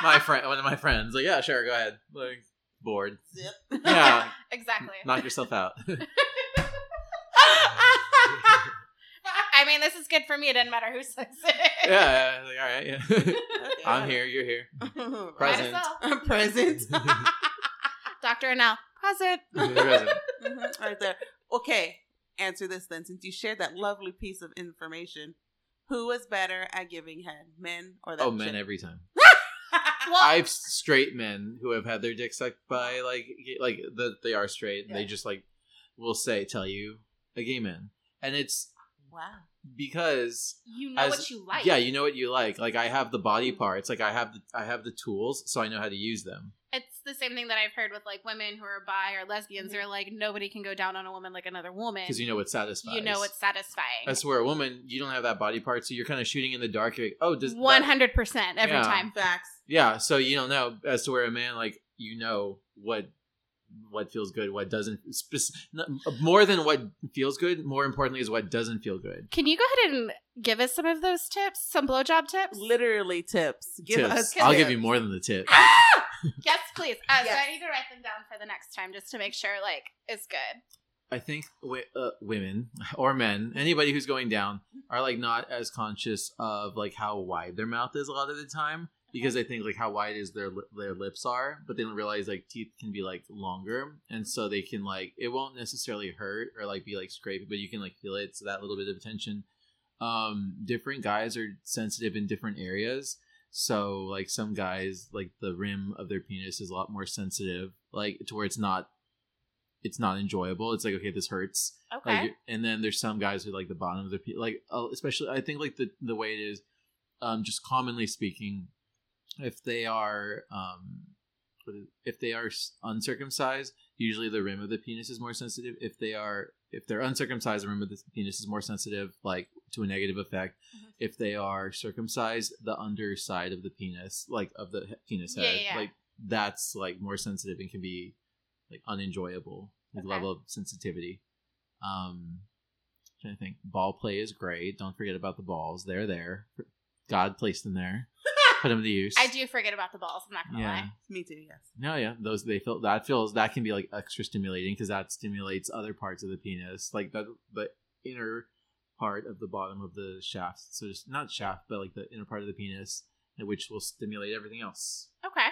S3: my friend, one of my friends. Like yeah, sure, go ahead. Like bored.
S1: Zip.
S3: Yeah,
S2: exactly.
S3: knock yourself out.
S2: I mean, this is good for me. It doesn't matter who sucks it.
S3: yeah, like, all right. Yeah,
S1: Okay.
S3: I'm here. You're here.
S2: Might as
S3: Present.
S2: well.
S1: Present.
S2: Dr. Anal, present.
S1: Mhm, Right there. Okay. Answer this then, since you shared that lovely piece of information. Who is better at giving head, men or that?
S3: oh, men
S1: chick?
S3: every time.
S2: Well,
S3: I've straight men who have had their dick sucked by like g- like the, they are straight. and They just like will say tell you a gay man, and it's
S1: wow.
S3: because
S2: you know
S3: as-
S2: what you like.
S3: Yeah, you know what you like. Like I have the body parts. Like I have the I have the tools, so I know how to use them.
S2: it's the same thing that I've heard with like women who are bi or lesbians. They're like, nobody can go down on a woman like another woman.
S3: Because you know what satisfies.
S2: You know it's satisfying.
S3: That's where a woman you don't have that body part, so you're kind of shooting in the dark. You're like, oh, does that-
S2: One hundred percent every
S3: Yeah.
S2: time.
S1: Facts.
S3: Yeah, so you don't know as to where a man like you know what what feels good, what doesn't. Spec- not- more than what feels good, more importantly is what doesn't feel good.
S2: Can you go ahead and give us some of those tips, some blowjob tips?
S1: Literally tips. Give
S3: Tips.
S1: us.
S3: I'll
S1: tips.
S3: give you more than the tip.
S2: Ah! yes, please. Uh, So
S1: Yes.
S2: I need to write them down for the next time just to make sure like it's good.
S3: I think wi- uh, women or men, anybody who's going down, are like not as conscious of like how wide their mouth is a lot of the time because they think like how wide is their li- their lips are, but they don't realize like teeth can be like longer, and so they can like it won't necessarily hurt or like be like scraped, but you can like feel it. So that little bit of tension. Um, different guys are sensitive in different areas. So like some guys, like the rim of their penis is a lot more sensitive, like to where it's not, it's not enjoyable. It's like okay, this hurts.
S2: Okay.
S3: Like, and then there's some guys who like the bottom of their pe- like uh, especially I think like the the way it is, um, just commonly speaking, if they are um, what is- if they are s- uncircumcised, usually the rim of the penis is more sensitive. If they are if they're uncircumcised, the rim of the penis is more sensitive, like to a negative effect.
S2: Mhm.
S3: If they are circumcised, the underside of the penis, like of the he- penis
S2: Yeah,
S3: head,
S2: yeah, yeah.
S3: like that's like more sensitive and can be like unenjoyable like
S2: Okay.
S3: level of sensitivity. Um, trying to think, ball play is great. Don't forget about the balls; they're there. God placed them there. put them to use.
S2: I do forget about the balls. I'm not gonna
S3: Yeah.
S2: lie.
S1: Me too, yes.
S3: No, yeah, those they feel that feels that can be like extra stimulating because that stimulates other parts of the penis, like the the inner part of the bottom of the shaft. So just not shaft, but like the inner part of the penis, which will stimulate everything else.
S2: Okay.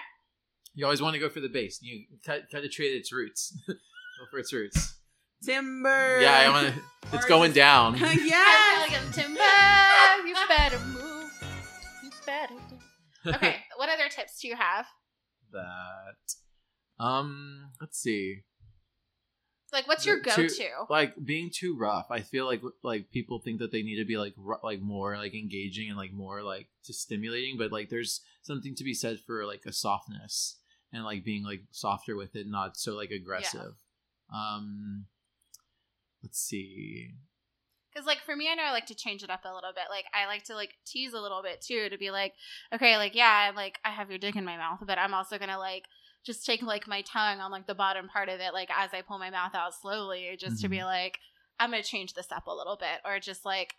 S3: You always want to go for the base. You cut cut a tree at its roots. go for its roots.
S1: Timber.
S3: Yeah, I want to. It's going down.
S2: I
S1: yes.
S2: feel like I'm timber. You better move. You better. Do. Okay. what other tips do you have?
S3: that. Um, let's see.
S2: Like, what's your
S3: The-
S2: go-to?
S3: to- like being too rough i feel like like people think that they need to be like ru- like more like engaging and like more like just stimulating but like there's something to be said for like a softness and like being like softer with it not so like aggressive um let's see
S2: Because like for me, I know I like to change it up a little bit. Like I like to like tease a little bit too to be like, okay, like yeah, I'm like I have your dick in my mouth, but I'm also gonna like just take like my tongue on like the bottom part of it, like as I pull my mouth out slowly, just
S3: Mm-hmm.
S2: to be like, I'm gonna change this up a little bit, or just like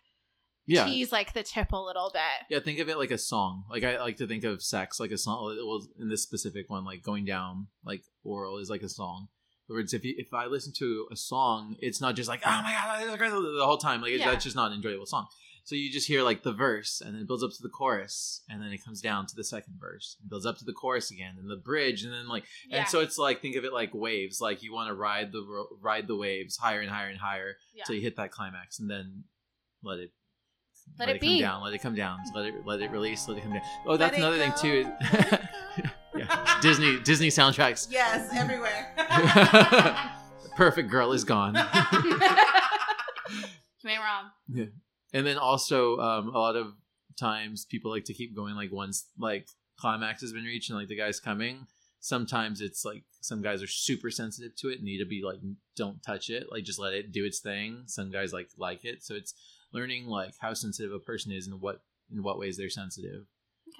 S3: yeah
S2: tease like the tip a little bit.
S3: yeah think of it like a song like i like to think of sex like a song well in this specific one like going down like oral is like a song in other words if you, if i listen to a song it's not just like oh my god the whole time like
S2: Yeah.
S3: that's just not an enjoyable song so you just hear like the verse and then it builds up to the chorus and then it comes down to the second verse and builds up to the chorus again and the bridge and then like
S2: Yeah.
S3: and so it's like think of it like waves like you want to ride the ro- ride the waves higher and higher and higher
S2: Yeah.
S3: till you hit that climax and then let it
S2: Let it
S3: come
S2: be.
S3: down let it come down let it let it release let it come down oh
S1: Let
S3: that's
S1: it
S3: another thing
S1: go,
S3: too
S1: let it go.
S3: Yeah. disney disney soundtracks
S1: Yes, everywhere.
S3: perfect girl is gone
S2: You ain't wrong.
S3: and then also um, a lot of times people like to keep going like once like climax has been reached and like the guy's coming sometimes it's like some guys are super sensitive to it need to be like don't touch it like just let it do its thing some guys like like it so it's learning like how sensitive a person is and what in what ways they're sensitive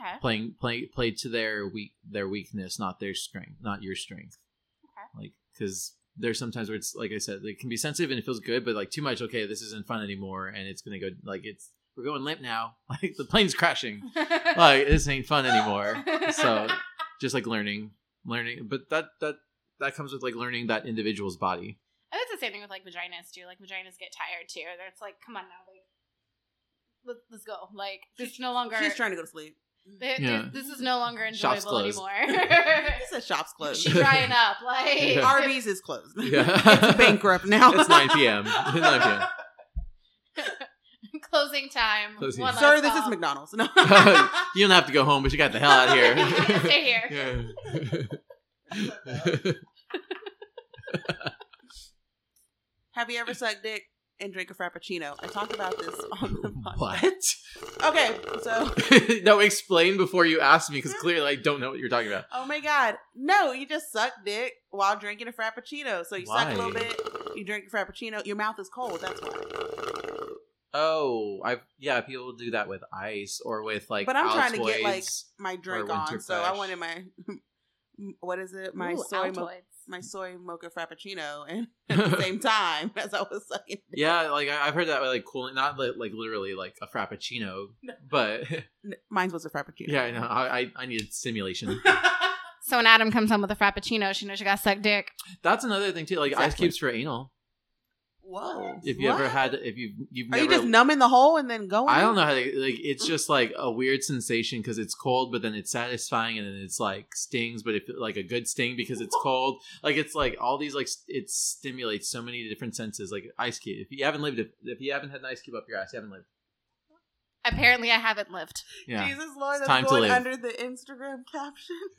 S2: Okay.
S3: playing play play to their weak their weakness, not their strength, not your strength. Okay. Like because there's sometimes where it's like I said, it can be sensitive and it feels good, but like too much. Okay, this isn't fun anymore, and it's gonna go like it's we're going limp now. Like the plane's crashing. like this ain't fun anymore. So just like learning, learning, but that that that comes with like learning that individual's body.
S2: And that's the same thing with like vaginas too. Like vaginas get tired too. They're- It's like, come on now, like let, let's go. Like it's no longer.
S1: She's trying to go to sleep.
S2: th-
S3: Yeah.
S2: th- This is no longer
S3: Shop's
S2: enjoyable
S3: closed.
S2: anymore.
S1: He said shop's closed.
S2: She's drying up. Like
S3: Yeah.
S1: Arby's is closed.
S3: Yeah.
S1: it's bankrupt now.
S3: It's nine p.m. It's nine p.m.
S2: closing time.
S3: Closing
S2: One
S3: time.
S1: Sir,
S2: last
S1: this is
S2: call.
S1: McDonald's. No.
S3: you don't have to go home, but you got the hell out of
S2: You gotta
S3: here.
S2: Stay here.
S3: yeah.
S1: Have you ever sucked dick and drank a frappuccino? I talked about this on the podcast.
S3: what?
S1: Okay, so
S3: no, explain before you ask me because clearly I don't know what you're talking about.
S1: oh my god, no, you just suck dick while drinking a frappuccino. So you suck a little
S3: Why?
S1: bit, you drink a frappuccino. Your mouth is cold. That's why.
S3: Oh, I yeah, people do that with ice or with like.
S1: But I'm trying to get, like,
S3: Altoids.
S1: My drink
S3: Or
S1: on,
S3: Winter
S1: so I
S3: Fresh.
S1: wanted my what is it? My
S2: Ooh,
S1: soy mo-
S2: Altoids.
S1: my soy mocha frappuccino, and at the same time as I was sucking. dick.
S3: yeah, like I, I've heard that with like cooling, not li- like literally like a frappuccino, but
S1: N- Mine was a frappuccino.
S3: yeah, I know I I, I needed stimulation.
S2: So when Adam comes home with a frappuccino, she knows she got suck dick.
S3: That's another thing too, like ice
S1: Exactly.
S3: cubes for anal.
S1: Whoa.
S3: If you ever
S1: What?
S3: had, if you you've
S1: Are
S3: never.
S1: you just numbing the hole and then going?
S3: I don't know how to like. It's just like a weird sensation because it's cold, but then it's satisfying, and then it's like stings, but if like a good sting because it's cold. Like it's like all these like st- it stimulates so many different senses. Like ice cube. If you haven't lived, if, if you haven't had an ice cube up your ass, you haven't lived.
S2: Apparently, I haven't lived.
S3: Yeah.
S1: Jesus Lord,
S3: It's
S1: that's
S3: time to
S1: going
S3: live.
S1: under the Instagram caption.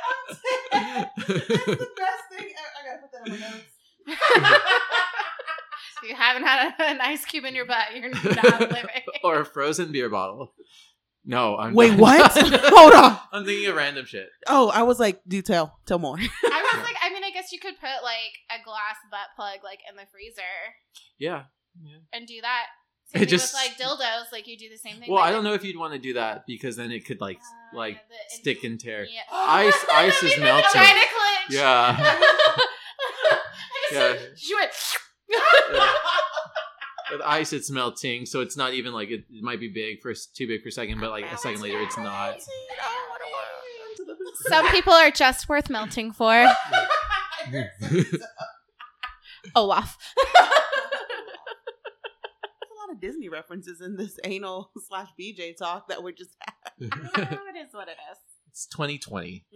S1: I'm serious. That's the best thing ever. I gotta put that on my notes.
S3: Mm-hmm.
S2: If you haven't had a- an ice cube in your butt, you're not living.
S3: or a frozen beer bottle. No, I'm
S1: Wait,
S3: not-
S1: what? Oh. Hold on.
S3: I'm thinking of random shit.
S1: Oh, I was like, do tell, tell more.
S2: I
S3: Yeah.
S2: was like, I mean, I guess you could put like a glass butt plug like in the freezer
S3: Yeah.
S2: and do that. Same
S3: It
S2: thing
S3: just-
S2: with like dildos, like you do the same thing.
S3: Well,
S2: with
S3: I don't
S2: it.
S3: know if you'd want to do that because then it could like s-
S2: Uh,
S3: like
S2: the-
S3: stick and tear.
S2: Yeah.
S3: Ice- ice is
S2: Even
S3: melting.
S2: Vagina clench.
S3: Yeah.
S2: I just
S3: Yeah.
S2: said- she went.
S3: Yeah. with ice, it's melting, so it's not even like it, it might be big for too big for a second, but like a second later, it's not.
S2: Some people are just worth melting for. Oh, off.
S1: There's a lot of Disney references in this anal slash BJ talk that we're just.
S2: it is what it is.
S3: it's 2020.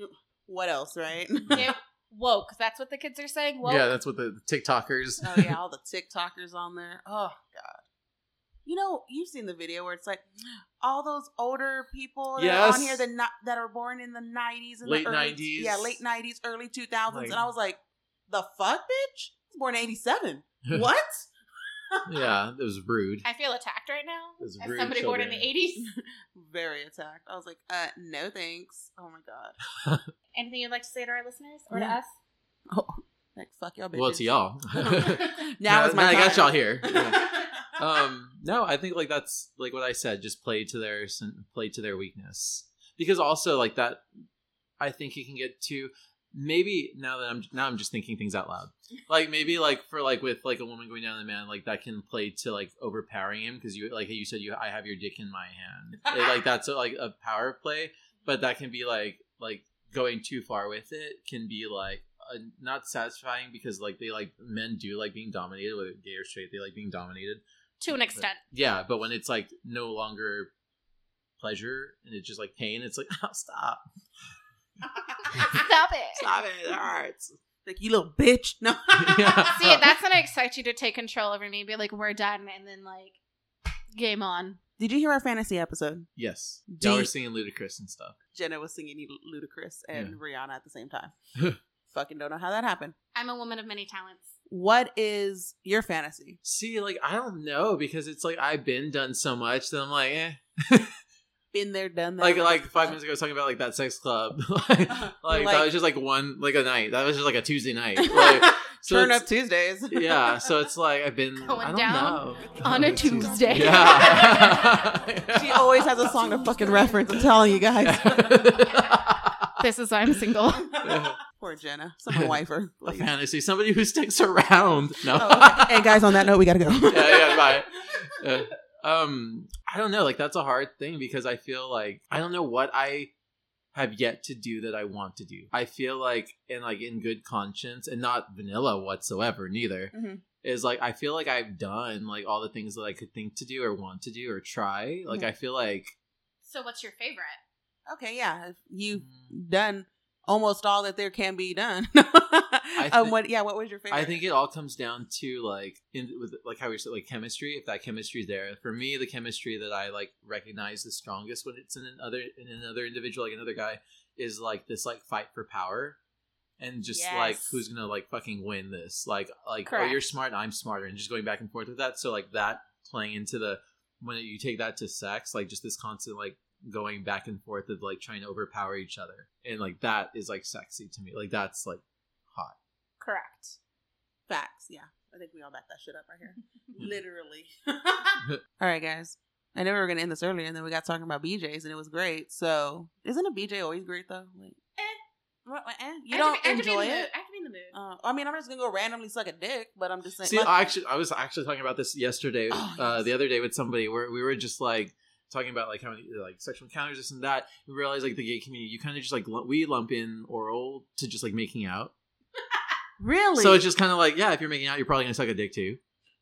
S1: What else, right?
S2: Get woke. That's what the kids are saying. Woke.
S3: Yeah, that's what the TikTokers.
S1: oh yeah, all the TikTokers on there. Oh god. You know, you've seen the video where it's like all those older people that are
S3: Yes.
S1: on here that not, that are born in the nineties and
S3: Late
S1: the early,
S3: 90s.
S1: Yeah, late nineties, early two thousands.
S3: Like-
S1: and I was like, the fuck, bitch? I was born in eighty seven. What?
S3: yeah, it was rude.
S2: I feel attacked right now.
S3: Those
S2: As
S3: rude
S2: somebody born in the
S3: children.
S2: 80s.
S1: Very attacked. I was like, uh, no thanks. Oh my god.
S2: Anything you'd like to say to our listeners or
S1: Yeah.
S2: to us?
S1: Oh, like fuck y'all bitches.
S3: Well, to y'all.
S1: Now is my
S3: I got
S1: time.
S3: y'all here. Yeah. um no i think like that's like what i said just play to their sin- play to their weakness because also like that i think it can get to maybe now that i'm now i'm just thinking things out loud like maybe like for like with like a woman going down the man like that can play to like overpowering him because you like you said you i have your dick in my hand It, like that's like a power play but that can be like like going too far with it can be like uh, not satisfying because like they like men do like being dominated whether gay or straight they like being dominated
S2: To an extent.
S3: but- yeah, but when it's like no longer pleasure and it's just like pain, it's like, oh, stop.
S2: Stop it.
S1: Stop it. It hurts. Like you little bitch. No.
S3: Yeah.
S2: See, that's when I expect you to take control over me. Be like, we're done. And then, like, game on.
S1: Did you hear our fantasy episode?
S3: Yes.
S1: Do
S3: Y'all
S1: you-
S3: were singing ludicrous and stuff.
S1: Jenna was singing Ludacris and
S3: Yeah.
S1: Rihanna at the same time. Fucking don't know how that happened.
S2: I'm a woman of many talents.
S1: What is your fantasy?
S3: See, like, I don't know because it's like I've been done so much that I'm like, eh.
S1: Been there, done that.
S3: Like, like five minutes ago, I was talking about like that sex club. like,
S1: Like-
S3: that was just like one, like a night. That was just like a Tuesday night. Like, so
S1: Turn
S3: it's-
S1: up Tuesdays.
S3: Yeah, so it's like I've been
S2: Going
S3: I don't
S2: down
S3: know.
S2: on a Tuesday.
S3: Yeah.
S1: she always has a song to fucking reference. I'm telling you guys.
S2: This is why I'm single.
S1: Poor Jenna. Someone wife her.
S3: a
S1: please.
S3: fantasy, somebody who sticks around. No.
S1: Oh, okay. And guys, on that note, we gotta go.
S3: yeah, yeah, bye. Yeah. um, I don't know. Like that's a hard thing because I feel like I don't know what I have yet to do that I want to do. I feel like and like in good conscience and not vanilla whatsoever, neither.
S1: Mhm.
S3: Is like I feel like I've done like all the things that I could think to do or want to do or try. Like
S1: Yeah.
S3: I feel like
S2: so, what's your favorite?
S1: Okay, yeah. if You've
S3: Mm.
S1: done almost all that there can be done. um,
S3: thi-
S1: what? Yeah. What was your favorite?
S3: I think it all comes down to like in with like how we said like chemistry. If that chemistry is there for me, the chemistry that I like recognize the strongest when it's in another in another individual, like another guy, is like this like fight for power, and just like
S2: Yes.
S3: who's gonna like fucking win this? Like like oh
S2: Correct.
S3: you're smart, and I'm smarter, and just going back and forth with that. So like that playing into the when you take that to sex, like just this constant like going back and forth of like trying to overpower each other, and like that is like sexy to me. Like that's like hot.
S2: Correct.
S1: facts. Yeah. I think we all back that shit up right here. Literally. all right, guys. I know we were gonna end this earlier, and then we got talking about BJ's, and it was great. So, isn't a BJ always great though? Like,
S2: Eh.
S1: What- what, eh? You
S2: I
S1: don't
S2: have to be- I have to be in
S1: enjoy
S2: the
S1: it.
S2: mood. I have to be in the mood.
S1: Uh, I mean, I'm just gonna go randomly suck a dick, but I'm just saying.
S3: See,
S1: like-
S3: I actually, I was actually talking about this yesterday,
S1: Oh,
S3: uh,
S1: yes.
S3: the other day with somebody where we were just like talking about like how many like sexual encounters this and that. We realized like the gay community, you kind of just like lump, we lump in oral to just like making out.
S1: really?
S3: So it's just kind of like yeah, if you're making out, you're probably gonna suck a dick too.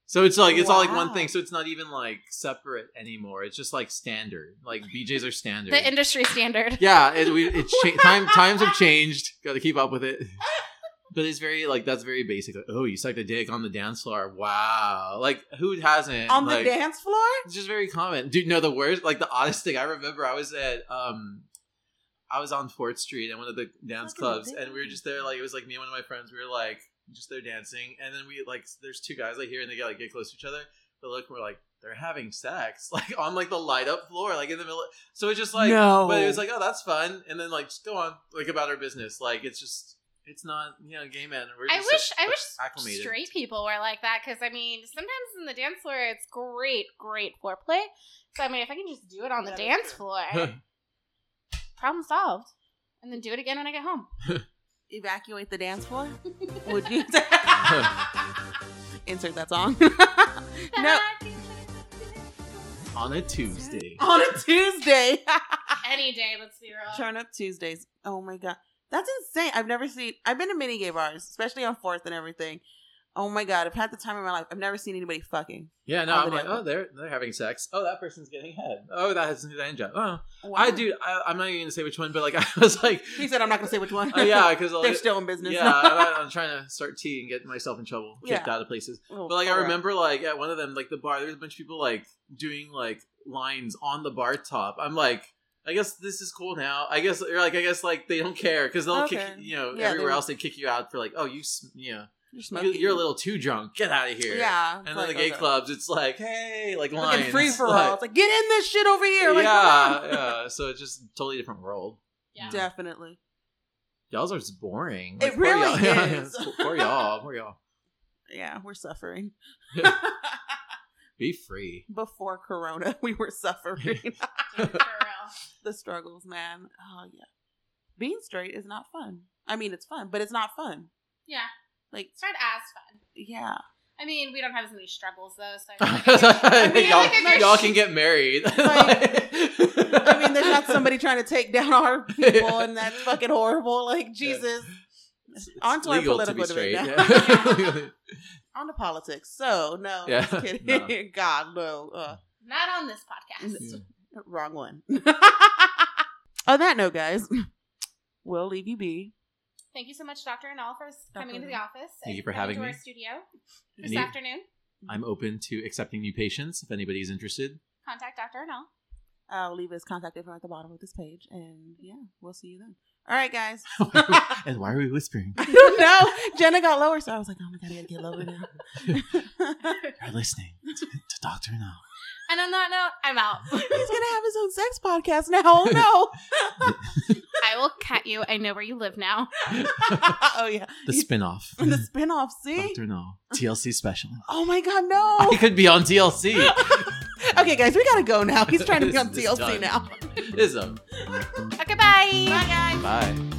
S3: So it's like it's all like one
S1: Wow.
S3: thing. So it's not even like separate anymore. It's just like standard. Like BJ's are standard.
S2: The industry standard.
S3: yeah, it, we, it's cha- time. Times have changed. Got to keep up with it. But it's very like that's very basic. Like, oh, you sucked a dick on the dance floor. Wow, like who hasn't?
S1: on the
S3: like,
S1: dance floor?
S3: it's just very common. Dude, no, the worst, like the oddest thing I remember, I was at, um, I was on Fourth Street at one of the dance
S1: Fucking
S3: clubs, and
S1: ridiculous.
S3: we were just there, like it was like me and one of my friends. We were like just there dancing, and then we like there's two guys like here, and they get like get close to each other. But look, we're like they're having sex, like on like the light up floor, like in the middle. So it's just like,
S1: No.
S3: but it was like, oh, that's fun, and then like just go on, like about our business. Like it's just, it's not you know, gay men. We're
S2: I
S3: just
S2: wish I wish
S3: acclimated.
S2: straight people were like that because I mean sometimes in the dance floor it's great great foreplay so I mean if I can just do it on the
S1: That is
S2: dance
S1: true.
S2: floor problem solved and then do it again when I get home
S1: Evacuate the dance floor? Would you? Insert that song. No.
S3: on a Tuesday.
S1: on a Tuesday.
S2: Any day, let's be real.
S1: Turn up Tuesdays. Oh my god, that's insane. I've never seen. I've been to mini gay bars, especially on Fourth and everything. Oh my god, I've had the time of my life. I've never seen anybody fucking.
S3: Yeah, no,
S1: All
S3: I'm
S1: the
S3: like,
S1: day.
S3: oh, they're they're having sex. Oh, that person's getting head. Oh, that has a hand job. Oh,
S1: Wow.
S3: I do. I, I'm not even gonna say which one, but like I was like,
S1: He said, "I'm not gonna say which one."
S3: oh, yeah, because
S1: they're still in business.
S3: yeah, I, am trying to start tea and get myself in trouble, kicked out of places.
S1: Oh,
S3: But like I
S1: alright.
S3: remember, like at one of them, like the bar, there's a bunch of people like doing like lines on the bar top. I'm like. I guess this is cool now. I guess or like I guess like they don't care because they'll kick
S1: Okay.
S3: you know
S1: Yeah, they
S3: everywhere
S1: would-
S3: else they kick you out for like oh you sm- you know
S1: you're
S3: you,
S1: smoking.
S3: you're a little too drunk get out of here
S1: Yeah,
S3: and then the gay clubs, it's like, hey, like
S1: Looking
S3: lions,
S1: free for
S3: like-
S1: all. It's like get in this shit over here. Like, come
S3: yeah,
S1: on.
S3: yeah. So it's just totally different world.
S2: Yeah.
S1: Definitely.
S3: Y'all's are just boring.
S1: It
S3: poor
S1: really
S3: y'all. Yeah,
S1: is.
S3: it's poor y'all. Poor y'all.
S1: Yeah, we're suffering.
S3: Be free.
S1: Before Corona, we were suffering.
S2: Dude, for real.
S1: the struggles, man. Oh yeah. Being straight is not fun. I mean, it's fun, but it's not fun.
S2: Yeah.
S1: Like,
S2: It's not as fun.
S1: yeah.
S2: I mean, we don't have as many struggles though. So
S3: I
S1: mean,
S3: y'all,
S1: like, if you're-
S3: y'all can get married.
S1: I mean, there's not somebody trying to take down our people, and that's fucking horrible. Like, Jesus.
S3: It's- it's
S1: Onto our
S3: legal to be
S1: political debate
S3: straight.
S1: now.
S3: Yeah.
S1: On to politics. So, no.
S3: Yeah,
S1: Just kidding. God, no. Uh,
S2: not on this podcast.
S3: Yeah.
S1: wrong one. On that note, guys, we'll leave you be.
S2: Thank you so much, Doctor and all, for s- coming into the
S1: Doctor.
S2: office.
S3: Thank
S2: and
S3: you for
S2: coming
S3: having
S2: to
S3: me.
S2: Our studio this
S3: Any-
S2: afternoon.
S3: I'm open to accepting new patients if anybody's interested.
S2: Contact Doctor and all.
S1: I'll leave his contact info at the bottom of this page, and yeah, we'll see you then. All right, guys. Ah.
S3: and why are we whispering?
S1: I don't know. Jenna got lower, so I was like, oh my god, I gotta get lower now.
S3: You're listening to, to Doctor Now.
S2: And on that note, I'm out.
S1: He's gonna have his own sex podcast now. Oh no.
S2: I will cut you. I know where you live now.
S1: oh yeah.
S3: The
S1: You- Ah.
S3: spinoff.
S1: the spinoff, see?
S3: Doctor No TLC special.
S1: Oh my god,
S3: I
S1: no.
S3: could be on TLC.
S1: okay, guys, we gotta go now. He's trying to be on
S3: This is
S1: TLC
S3: done.
S1: now.
S3: This is done.
S2: Okay, bye. Bye, guys.
S3: Bye.